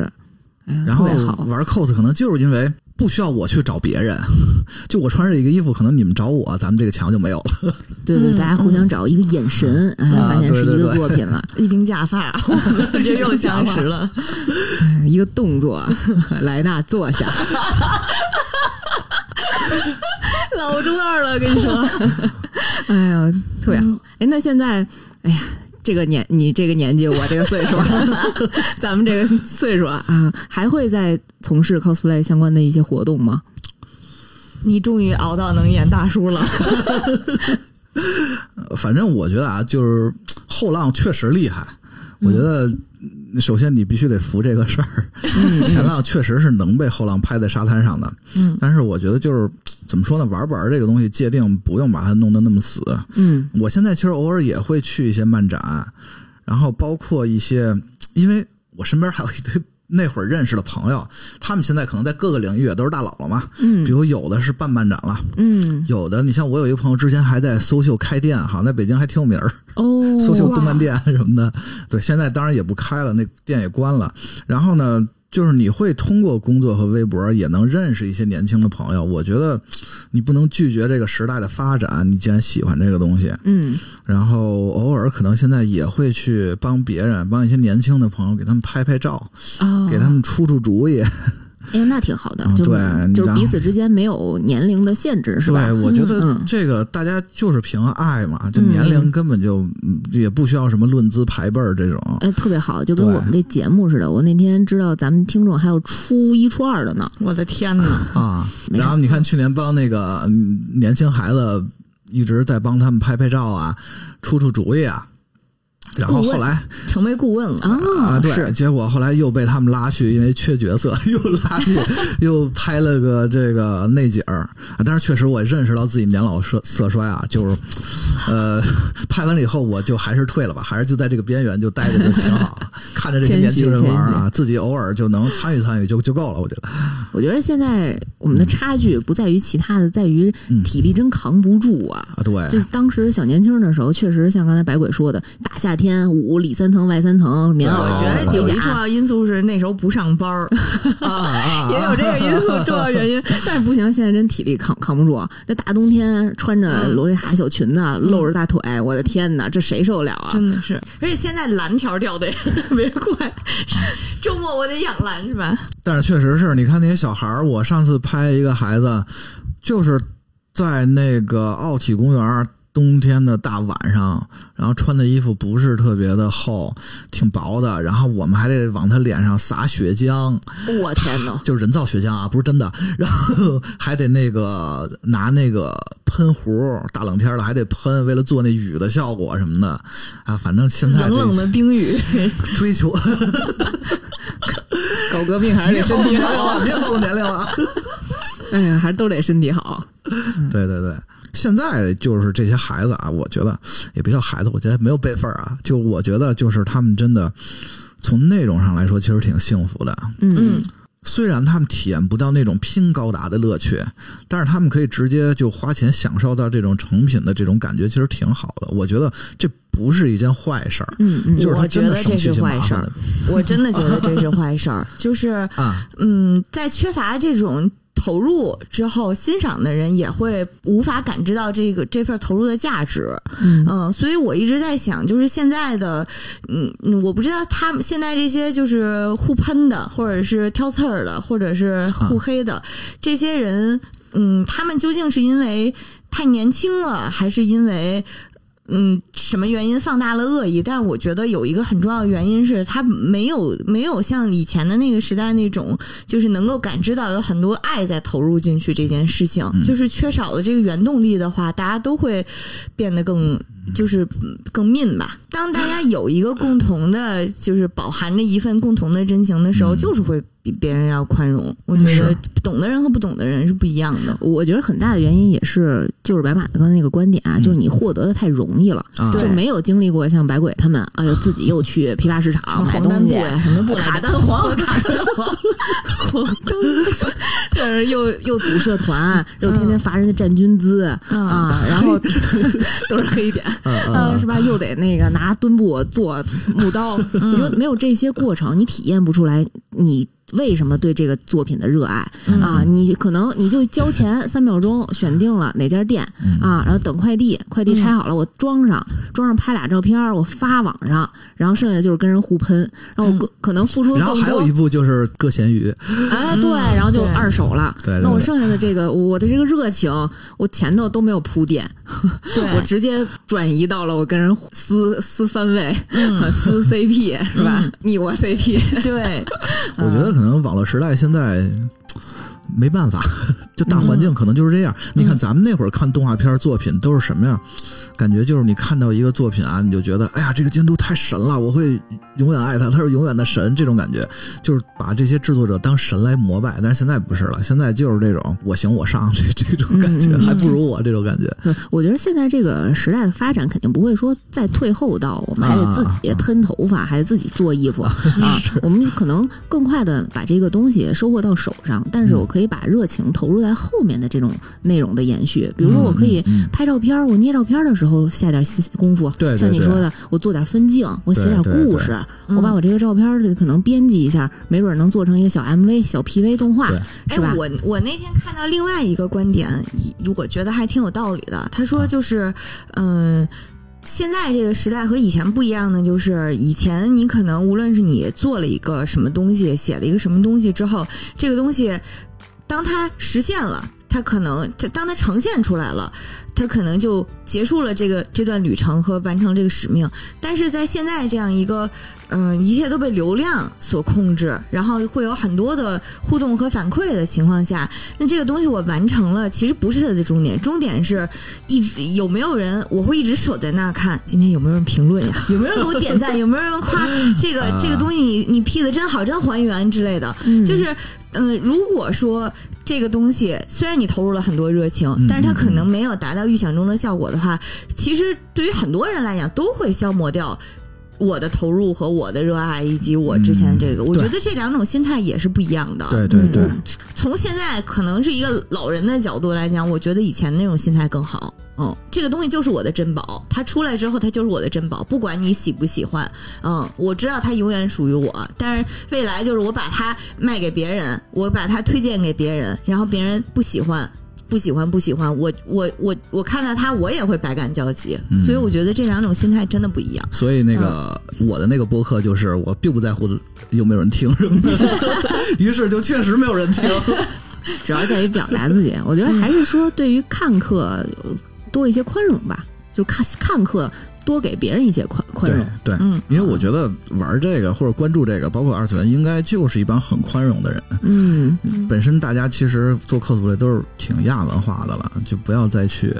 哎呀然特后别好，玩 cos 可能就是因为不需要我去找别人， (laughs) 就我穿着一个衣服，可能你们找我，咱们这个墙就没有了。对对，嗯大家互相找一个眼神，哎，啊发现是一对对个对作品了，一顶假发， (laughs) 我觉得又相识了。哎一个动作， (laughs) 莱纳坐 (laughs) 下，老中二了，跟你 (laughs) 说，哎呀，特别好。哎，那现在，哎呀。这个年，你这个年纪，我这个岁数， (laughs) 咱们这个岁数啊，啊还会再从事 cosplay 相关的一些活动吗？你终于熬到能演大叔了，呃反正我觉得啊，就是后浪确实厉害。我觉得，嗯首先你必须得服这个事儿。前浪确实是能被后浪拍在沙滩上的，嗯，但是我觉得就是怎么说呢，玩不玩这个东西界定不用把它弄得那么死。嗯我现在其实偶尔也会去一些漫展，然后包括一些，因为我身边还有一堆那会儿认识的朋友，他们现在可能在各个领域也都是大佬了嘛。嗯比如有的是办漫展了，嗯，有的你像我有一个朋友之前还在搜秀开店，好像在北京还挺有名儿，哦，搜秀动漫店啊什么的。对，现在当然也不开了，那店也关了。然后呢，就是你会通过工作和微博也能认识一些年轻的朋友。我觉得你不能拒绝这个时代的发展，你既然喜欢这个东西，嗯然后偶尔可能现在也会去帮别人，帮一些年轻的朋友给他们拍拍照，哦，给他们出出主意。哎，那挺好的，嗯就是对就是然后彼此之间没有年龄的限制，是吧？对，我觉得嗯这个大家就是凭爱嘛，就年龄根本就嗯也不需要什么论资排辈儿这种。哎，特别好，就跟对我们这节目似的。我那天知道咱们听众还有初一、初二的呢，我的天哪！啊。没然后你看去年帮那个嗯年轻孩子一直在帮他们拍拍照啊，出出主意啊。然后后来成为顾问了，啊，啊，对，是结果后来又被他们拉去，因为缺角色， (laughs) 又拉 (laughs) 去，又拍了个这个内景儿。啊但是确实我认识到自己年老色色衰啊，就是，呃，拍完了以后我就还是退了吧，还是就在这个边缘就待着就挺好， (laughs) 看着这些年轻人玩儿啊，自己偶尔就能参与参与就就够了，我觉得。我觉得现在我们的差距不在于其他的，在于嗯体力真扛不住啊。啊，对，就是当时小年轻的时候，确实像刚才百鬼说的，大夏天捂里三层外三层，棉袄对我我觉觉得得哦有一回重家要因素是那时候不上班 (laughs) 儿，啊啊，也有这个因素重要原因，但是不行，现在真体力扛扛不住。这大冬天穿着洛丽塔小裙子，露着大腿，我的天哪，这谁受得了啊？ (laughs) 真的是。而且现在蓝条掉的也 (laughs) 特别快，周末我得养蓝 (laughs) 是吧？但是确实是你看那些小孩儿，我上次拍一个孩子，就是在那个奥体公园儿冬天的大晚上，然后穿的衣服不是特别的厚，挺薄的，然后我们还得往他脸上撒血浆， (laughs) 我天呐，就是人造血浆啊，不是真的。然后还得那个 (laughs) 拿那个喷壶，大冷天的还得喷，为了做那雨的效果什么的啊。反正现在冷冷的这冰雨，追求，狗革命还是别得暴露年身体龄 (laughs) 好，了，别暴露年龄了。哎呀，还是都得身体好。对对对，现在就是这些孩子啊，我觉得也别叫孩子，我觉得没有辈分儿啊，就我觉得就是他们真的从内容上来说，其实挺幸福的。嗯，虽然他们体验不到那种拼高达的乐趣，但是他们可以直接就花钱享受到这种成品的这种感觉，其实挺好的。我觉得这不是一件坏事儿，嗯嗯，就是他我觉真的得省这去一是些坏麻事烦儿的，我真的觉得这是坏事儿。 (laughs) 就是，啊。嗯，在缺乏这种投入之后，欣赏的人也会无法感知到这个这份投入的价值。嗯嗯，所以我一直在想，就是现在的，嗯，嗯我不知道他们现在这些就是互喷的，或者是挑刺儿的，或者是互黑的、这些人，嗯，他们究竟是因为太年轻了，还是因为？嗯，什么原因放大了恶意？但是我觉得有一个很重要的原因是，他没有没有像以前的那个时代那种，就是能够感知到有很多爱在投入进去这件事情。就是缺少了这个原动力的话，大家都会变得更就是嗯更命吧。当大家有一个共同的，就是饱含着一份共同的真情的时候，嗯就是会比别人要宽容。我觉得是懂的人和不懂的人是不一样的。我觉得很大的原因也是，就是白马的刚才那个观点啊，嗯就是你获得的太容易了，啊，就没有经历过像百鬼他们，哎呦，自己又去批发市场买 (laughs) 黄东丹布西，啊呀，什么布来着卡丹黄，卡丹 (laughs) 黄，黄灯，就是又又组社团，又天天罚人家站军资嗯啊，然后 (laughs) 都是黑点，啊嗯呃，是吧？又得那个拿墩布做木刀，你说没有这些过程，你体验不出来你。为什么对这个作品的热爱、嗯啊？你可能你就交钱三秒钟选定了哪家店、嗯啊，然后等快递，快嗯递拆好了，我装上，装上拍俩照片儿，我发网上，然后剩下就是跟人互喷，然后嗯我更、可能付出更然后多。还有一部就是割咸鱼，哎，对，然后就嗯对二手了。对对那我对剩下的这个，我的这个热情，我前头都没有铺垫，对我直接转移到了我跟人撕撕番位、嗯撕 (laughs) CP 是吧？你我 CP，对，我觉得可能网络时代现在没办法， (laughs) 就大环嗯境可能就是这样。你看咱们那会儿看动画片儿作品都是什么样？感觉就是你看到一个作品啊，你就觉得哎呀，这个监督太神了，我会永远爱他，他是永远的神，这种感觉就是把这些制作者当神来膜拜。但是现在不是了，嗯现在就是这种我行我上这这种感觉，还不如我这种感觉。我觉得现在这个时代的发展肯定不会说再退后到我们还啊得自己喷头发，还得自己做衣服啊。嗯我们可能更快的把这个东西收获到手上，但嗯是我可以把热情投入在后面的这种内容的延续。比如说，我可以嗯嗯拍照片儿，我捏照片儿的时候下点心功夫，对对像你对说的，我做点分镜，我写点对对故对事，我把我这个照片儿里可能编辑一下，没准儿能做成一个小 MV、小 PV 动画对，是吧哎，？我我那天看到另外一个观点，一我觉得还挺有道理的。他啊说就是，嗯、现在这个时代和以前不一样的就是，以前你可能无论是你做了一个什么东西，写了一个什么东西之后，这个东西当它实现了。它可能，它当它呈现出来了，它可能就结束了这个这段旅程和完成这个使命。但是在现在这样一个嗯，一切都被流量所控制，然后会有很多的互动和反馈的情况下，那这个东西我完成了，其实不是它的终点，终点是一直有没有人，我会一直守在那儿看，今天有没有人评论呀？有没有人给我点赞？有没有人夸这个这个东西你你 P 的真好，真还原之类的？就是嗯、呃如果说这个东西虽然你投入了很多热情，嗯但是它可能没有达到预想中的效果的话，其实对于很多人来讲都会消磨掉。我的投入和我的热爱，以及我之前这个，我觉得这两种心态也是不一样的。嗯嗯对对对，从现在可能是一个老人的角度来讲，我觉得以前那种心态更好。嗯，这个东西就是我的珍宝，它出来之后它就是我的珍宝，不管你喜不喜欢，嗯，我知道它永远属于我。但是未来就是我把它卖给别人，我把它推荐给别人，然后别人不喜欢。不喜欢，不喜欢，我我我我看到它，我也会百感交集，所以我觉得这两种心态真的不一样。所以那个、我的那个播客就是我并不在乎有没有人听什么的，于是就确实没有人听。主要在于表达自己。我觉得还是说对于看客呃多一些宽容吧。就看看客多给别人一些宽宽容对。对，嗯因为我觉得玩这个或者关注这个，包括二次元，应该就是一帮很宽容的人。嗯，本身大家其实做 cosplay 都是挺亚文化的了，就不要再去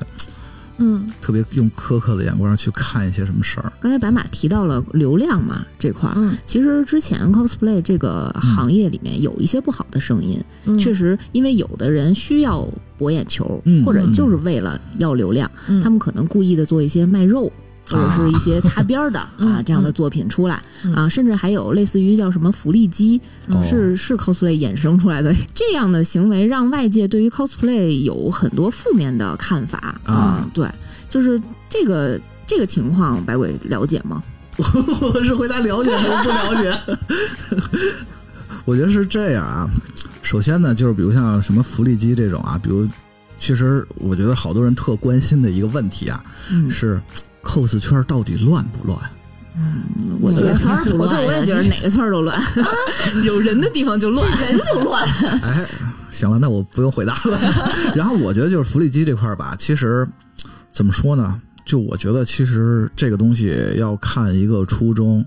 嗯，特别用苛刻的眼光去看一些什么事儿。刚才白马提到了流量嘛这块儿，嗯其实之前 cosplay 这个行业里面有一些不好的声音，嗯确实，因为有的人需要博眼球，嗯或者就是为了要流量，嗯啊他们可能故意的做一些卖肉。或者是一些擦边儿的啊 (laughs) 嗯这样的作品出来嗯啊，甚至还有类似于叫什么福利机，哦是是 cosplay 衍生出来的这样的行为，让外界对于 cosplay 有很多负面的看法啊嗯对，就是这个这个情况，百鬼了解吗？我 (laughs) 是回答了解还是不了解？ (laughs) 我觉得是这样啊。首先呢，就是比如像什么福利机这种啊，比如其实我觉得好多人特关心的一个问题啊，嗯是 cos 圈到底乱不乱？我觉哪得个圈儿不我对乱我呀也觉得哪个圈儿都乱， (laughs) 有人的地方就乱，人 (laughs) 就乱，哎，行了，那我不用回答了。然后我觉得就是福利机这块儿吧，其实怎么说呢？就我觉得其实这个东西要看一个初衷。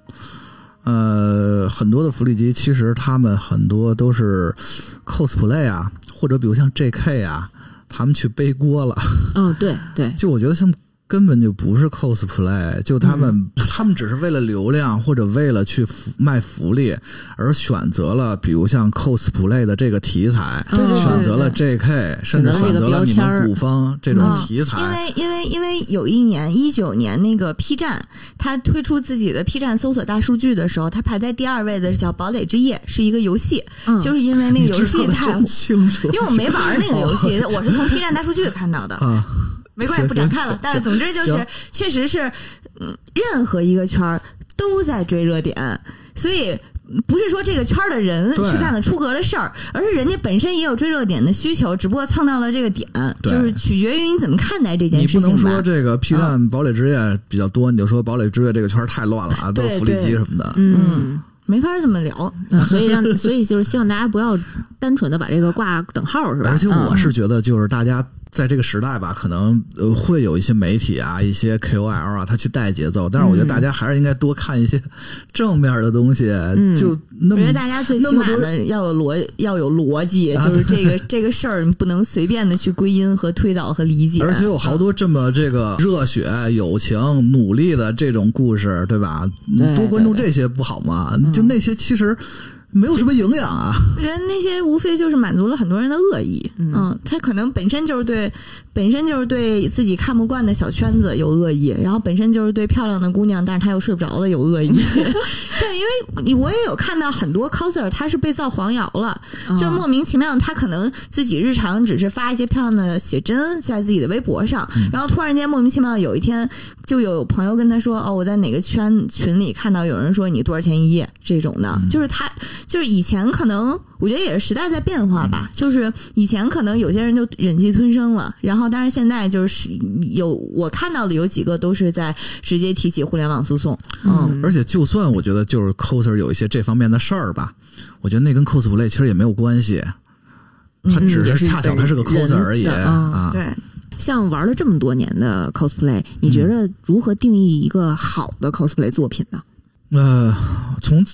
呃，很多的福利机其实他们很多都是 cosplay 啊，或者比如像 JK 啊，他们去背锅了。嗯，对对，就我觉得他们根本就不是 cosplay，就他们、他们只是为了流量或者为了去福卖福利而选择了，比如像 cosplay 的这个题材，对对对选择了 JK，甚至选选择了这个择了标你签儿们古嗯方这种题材。因为因为因为有一年一九年那个 P 站，它推出自己的 P 站搜索大数据的时候，它排在第二位的是叫《堡垒之夜》，是一个游戏，嗯就是因为那个你游知戏道得太真。清楚，因为我没玩儿那个游戏，我是从 P 站大数据看到的，啊，没关系，行不展开了行。但是总之就行是，确实是，嗯，任何一个圈儿都在追热点，所以。不是说这个圈儿的人对去干了出格的事儿，而是人家本身也有追热点的需求，只不过蹭到了这个点，就对是取决于你怎么看待这件你事不情吧。能说这嗯个 P 站堡垒之夜比较多，你就说堡垒之夜这个圈儿太乱了啊，都是对福利对机什么的。嗯，没法这么聊。嗯所以让所以就是希望大家不要单纯的把这个挂等号是吧？而且嗯我是觉得，就是大家在这个时代吧，可能呃会有一些媒体啊、一些 KOL 啊，他去带节奏，但是我觉嗯得大家还是应该多看一些正面的东西，就那嗯我觉得么。大家最起码那么多啊的要有逻要有逻辑，就是这个这个事儿你不能随便的去归因和推导和理解。而且有好多这么这个热血、友情、努力的这种故事，对吧？对多关注这些不好吗？就那些其实没有什么营养啊。我觉得那些无非就是满足了很多人的恶意，嗯他可能本身就是对，本身就是对自己看不惯的小圈子有恶意，然后本身就是对漂亮的姑娘，但是他又睡不着的有恶意。对，因为我也有看到很多 coser，他是被造黄谣了，就是莫名其妙，他可能自己日常只是发一些漂亮的写真在自己的微博上，然后突然间莫名其妙有一天就有朋友跟他说，哦，我在哪个圈群里看到有人说你多少钱一夜这种的，就是他就是以前可能我觉得也是时代在变化吧，就是以前可能有些人就忍气吞声了，然后但是现在就是有我看到的有几个都是在直接提起互联网诉讼，嗯而且，就算我觉得就是 coser 有一些这方面的事儿吧，我觉得那跟 cosplay 其实也没有关系，他只也是是恰巧本他是个人 coser 而已的啊。嗯对，像玩了这么多年的 cosplay，你觉得如何定义一个好的 cosplay 作品呢？呃，从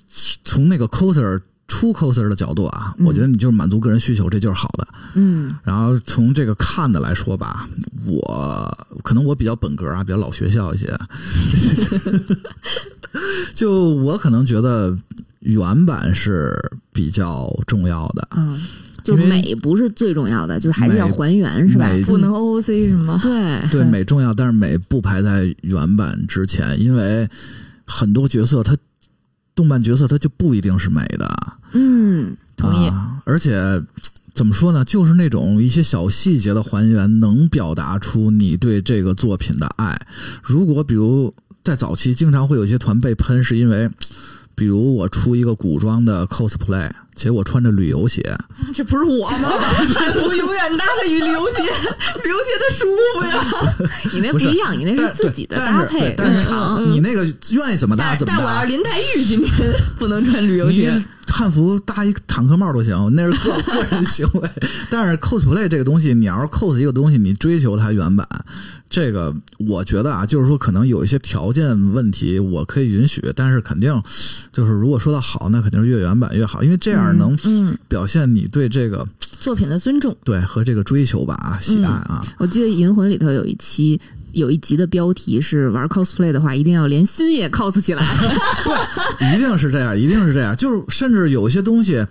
从那个 coser 出 coser 的角度啊，我觉得你就是满足个人需求，这就是好的。嗯然后从这个看的来说吧，我可能我比较本格啊，比较老学校一些， (laughs) 就我可能觉得原版是比较重要的。嗯，就是因为美不是最重要的，就是还是要美还原是吧？美不能 OOC 是吗？对，对美重要，但是美不排在原版之前，因为很多角色它动漫角色它就不一定是美的，嗯同意啊、而且怎么说呢，就是那种一些小细节的还原，能表达出你对这个作品的爱。如果比如在早期，经常会有一些团被喷，是因为比如我出一个古装的 cosplay，结果穿着旅游鞋，这不是我吗？汉服永远搭配于流鞋，流鞋的舒服呀。你那不不是一样，你那是但自己的但搭但配是嗯对，但日是常。你那个愿意怎么搭但怎么但我要搭是。林黛玉今天 (laughs) 不能穿旅游你鞋，汉服搭一坦克帽都行，那是个个人行为。但是 cosplay 这个东西，你要是 cos 一个东西，你追求它原版，这个我觉得啊，就是说可能有一些条件问题，我可以允许，但是肯定就是如果说的好，那肯定是越原版越好，因为这样能嗯，表现你对这个作品的尊重，对和这个追求吧啊喜爱啊。我记得《银魂》里头有一期。有一集的标题是“玩 cosplay 的话，一定要连心也 cos 起来一定是这样，一定是这样。就是甚至有一些东西，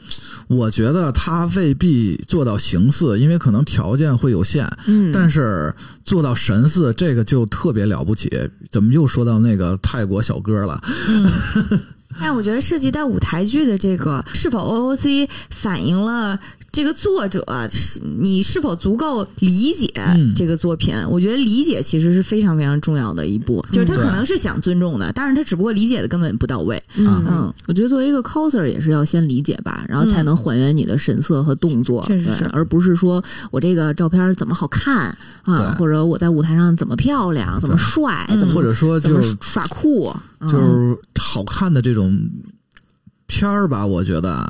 我觉得它未必做到形似，因为可能条件会有限。嗯，但是做到神似，这个就特别了不起。怎么又说到那个泰国小哥了？但我觉得涉及到舞台剧的这个是否 OOC 反映了这个作者是你是否足够理解嗯这个作品？我觉得理解其实是非常非常重要的一步，就是他对可能是想尊重的，但是他只不过理解的根本不到位。”。嗯，我觉得作为一个 coser 也是要先理解吧，然后才能还原你的神色和动作，确实对是而不是说我这个照片怎么好看啊对，哎或者我在舞台上怎么漂亮、怎么帅、怎么或者说嗯怎就么是耍酷，嗯就是好看的这种片儿吧，我觉得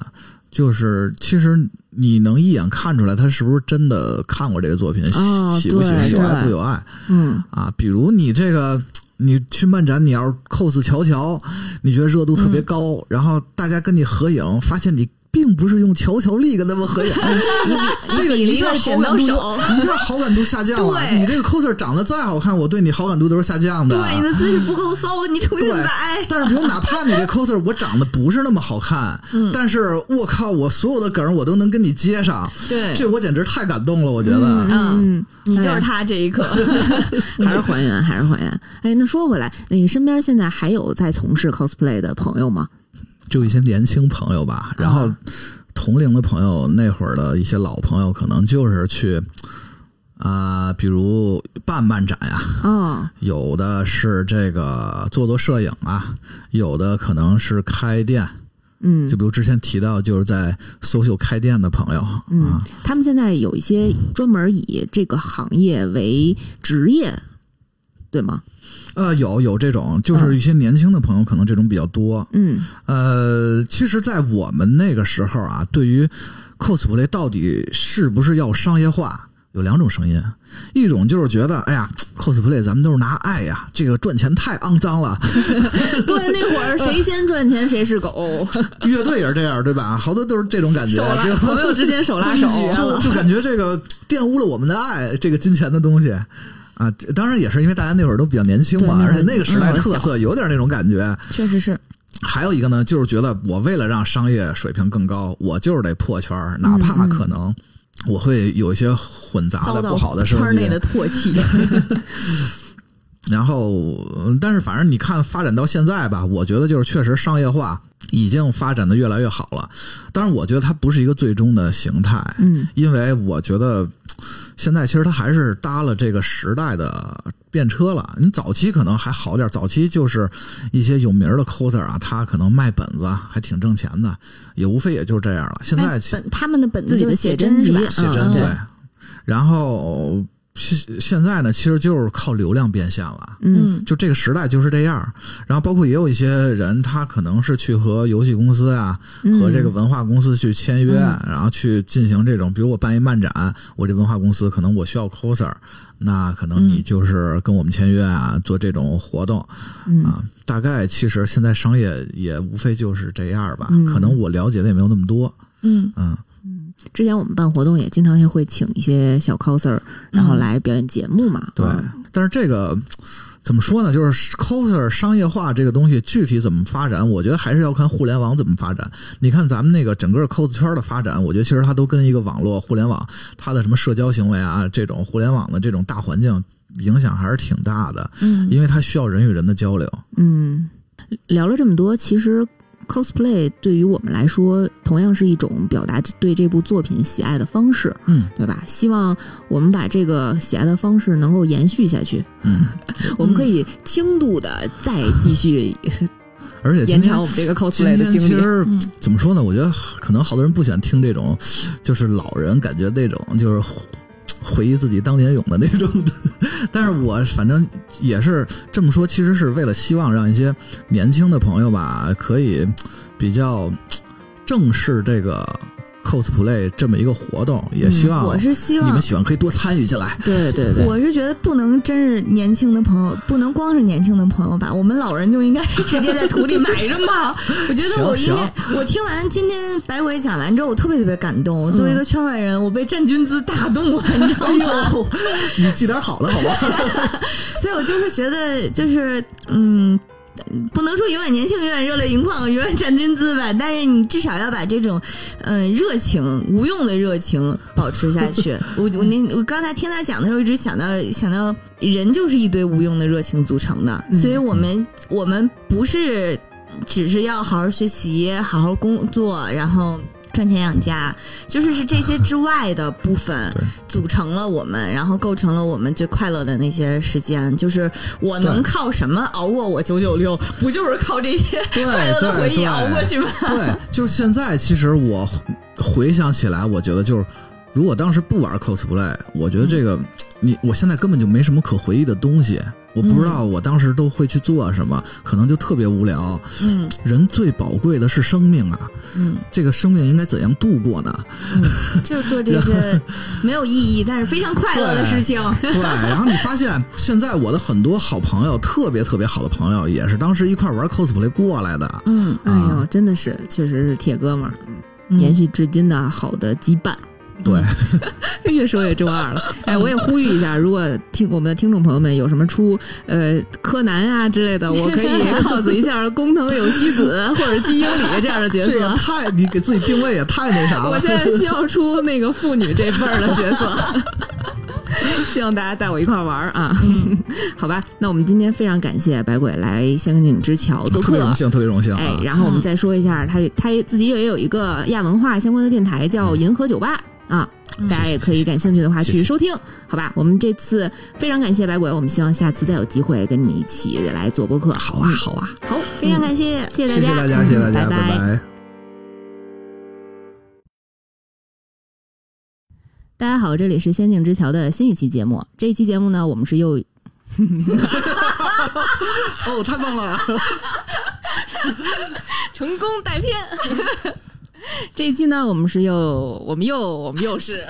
就是其实你能一眼看出来他是不是真的看过这个作品，哦喜不喜欢，对有爱不对有爱。嗯，啊，比如你这个，你去漫展，你要是 cos 乔乔，你觉得热度特嗯别高，然后大家跟你合影，发现你并不是用乔乔力跟他们 (laughs) 合影，这个一下好感度就一下好感度下降了。对你这个 coser 长得再好看，我对你好感度都是下降的。对，你哎的姿势不够骚，你重新对来。但是，比如哪怕你这 coser 我长得不是那么好 (laughs) 看，嗯但是我靠，我所有的梗儿我都能跟你接上，对，这我简直太感动了，我觉得。啊嗯，你哎就是他这一 (laughs) 刻。还是还原，还是还原。哎，那说回来，那个身边现在还有在从事 cosplay 的朋友吗？就一些年轻朋友啊吧，然后同龄的朋友那会儿的一些老朋友，可能就是去啊、比如办漫展呀、哦，有的是这个做做摄影啊，有的可能是开店，嗯就，比如之前提到就是在搜秀开店的朋友，嗯啊，，他们现在有一些嗯专门以这个行业为职业，对吗？呃，有有这种，就是一些年轻的朋友，可能这种比较多，嗯呃，其实，在我们那个时候啊，对于 cosplay 到底是不是要商业化，有两种声音，一种就是觉得，哎呀，cosplay 咱们都是拿爱呀，这个赚钱太肮脏了，对，那会 (laughs) 儿谁先赚钱谁是狗，乐队也是这样，对吧？好多都是这种感觉，手拉哦就朋友之间 (laughs) 手拉手，就就感觉这个玷污了我们的爱，这个金钱的东西。啊，当然也是因为大家那会儿都比较年轻嘛，对那会儿而且那个时代嗯特小色有点那种感觉。确实是，还有一个呢，就是觉得我为了让商业水平更高，我就是得破圈儿，哪嗯怕可能我会有一些混杂的不好的事圈内情的。唾弃。 (laughs) 然后，呃但是反正你看发展到现在吧，我觉得就是确实商业化已经发展的越来越好了。当然，我觉得它不是一个最终的形态，嗯，因为我觉得现在其实它还是搭了这个时代的便车了。你早期可能还好点儿，早期就是一些有名儿的 coser 啊，他可能卖本子啊还挺挣钱的，也无非也就这样了。现在其本他们的本自子己就的是写真真集吧？写嗯真嗯对对，然后现现在呢，其实就是靠流量变现了。嗯，就这个时代就是这样，然后包括也有一些人，他可能是去和游戏公司啊，嗯和这个文化公司去签约，然后去进行这种，比如我办一漫展，我这文化公司可能我需要 coser，那可能你就是跟我们签约啊，做这种活动、啊。大概其实现在商业也无非就是这样吧，可能我了解的也没有那么多，嗯嗯，之前我们办活动也经常也会请一些小 coser，然后来表演节目嘛。嗯对嗯，但是这个怎么说呢？就是 coser 商业化这个东西具体怎么发展，我觉得还是要看互联网怎么发展。你看咱们那个整个 cos 圈的发展，我觉得其实它都跟一个网络互联网它的什么社交行为啊，这种互联网的这种大环境影响还是挺大的，嗯，因为它需要人与人的交流。嗯，聊了这么多，其实 cosplay 对于我们来说，同样是一种表达对这部作品喜爱的方式，嗯对吧？希望我们把这个喜爱的方式能够延续下去，嗯，我们可以轻度的再继 (laughs) 续而且今延天长我们这个今 cosplay 的天经其历。实怎么说呢？我觉得可能好多人不喜欢听这种，就是老人感觉那种就是回忆自己当年勇的那种的。但是我反正也是这么说，其实是为了希望让一些年轻的朋友吧，可以比较正视这个 cosplay 这么一个活动，也希望嗯我是希你望们喜欢可以多参与进来。对对对，我是觉得不能真是年轻的朋友，不能光是年轻的朋友吧，我们老人就应该直接在土里埋着 (laughs) 嘛。我觉得我应行该，我听完今天白鬼讲完之后，我特别特别感动。我作为一个圈外人，我被站军姿打动了，你知道吗？你记点好的好吗？所以我就是觉得，就是嗯。不能说永远年轻，永远热泪盈眶，永远站军姿吧，但是你至少要把这种，嗯，热情无用的热情保持下去。我我那我刚才听他讲的时候，一直想到想到人就是一堆无用的热情组成的，所以我们我们不是只是要好好学习、好好工作，然后赚钱养家，就是是这些之外的部分对组成了我们，然后构成了我们最快乐的那些时间。就是我对能靠什么熬过 (laughs) 我九九六？不 (laughs) 就是靠这些对快乐的对回忆对熬过去吗？ (laughs) 对，就是现在，其实我回想起来，我觉得就是，如果当时不玩 cosplay，我觉得这嗯个、你我现在根本就没什么可回忆的东西。我嗯不知道我当时都会去做什么，可能就特别无聊。嗯人最宝贵的是生命啊，嗯，这个生命应该怎样度过呢？ (laughs) 就是做这些 (laughs) 没有意义，但是非常快乐的事情。对，然后你发现现在我的很多好朋友，特别特别好的朋友，也是当时一块玩 cosplay 过来的。嗯，哎呦，真的是，确实是铁哥们儿，嗯延续至今的好的羁绊。 (laughs) 嗯对，越说越中二嗯了。哎，我也呼吁一下，如果听我们的听众朋友们有什么出呃柯南啊之类的，我 (laughs) 可以 cos 一下工藤有希子或者金英里这样的角这个色。太你给自己定位也太那啥 (laughs) 我了现。在 (laughs) 需要出那个妇女这辈儿的角色， (laughs) 希望大家带我一块儿玩儿啊！ (laughs) 好吧，那我们今天非常感谢白鬼来香井之桥做特别客荣，幸，特别荣幸啊！哎，然后我们再说一下，他他自己也有一个亚文化相关的电台叫银河酒吧啊，大家也可以感兴趣的话嗯谢谢去收听，好吧？我们这次非常感谢百鬼，我们希望下次再有机会跟你们一起来做播客。好啊，好啊，好，非常感谢。谢谢谢谢大大家，家，谢谢大嗯家，拜拜。拜。大家好，这里是《仙境之桥》的新一期节目。这一期节目呢，我们是又哦，太棒了！成功带偏。 (laughs) 这一期呢，我们是又我们又我们又是。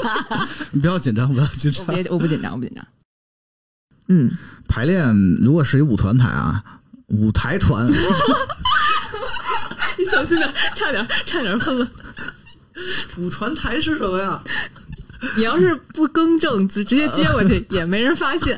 (laughs) 你不要紧张，不要紧我张。别，我不紧张，我不紧张。嗯，排练如果是一舞团台啊，舞台团 (laughs) 你小心点，差点差点喷了。舞团台是什么呀？你要是不更正，直直接接过去，也没人发现。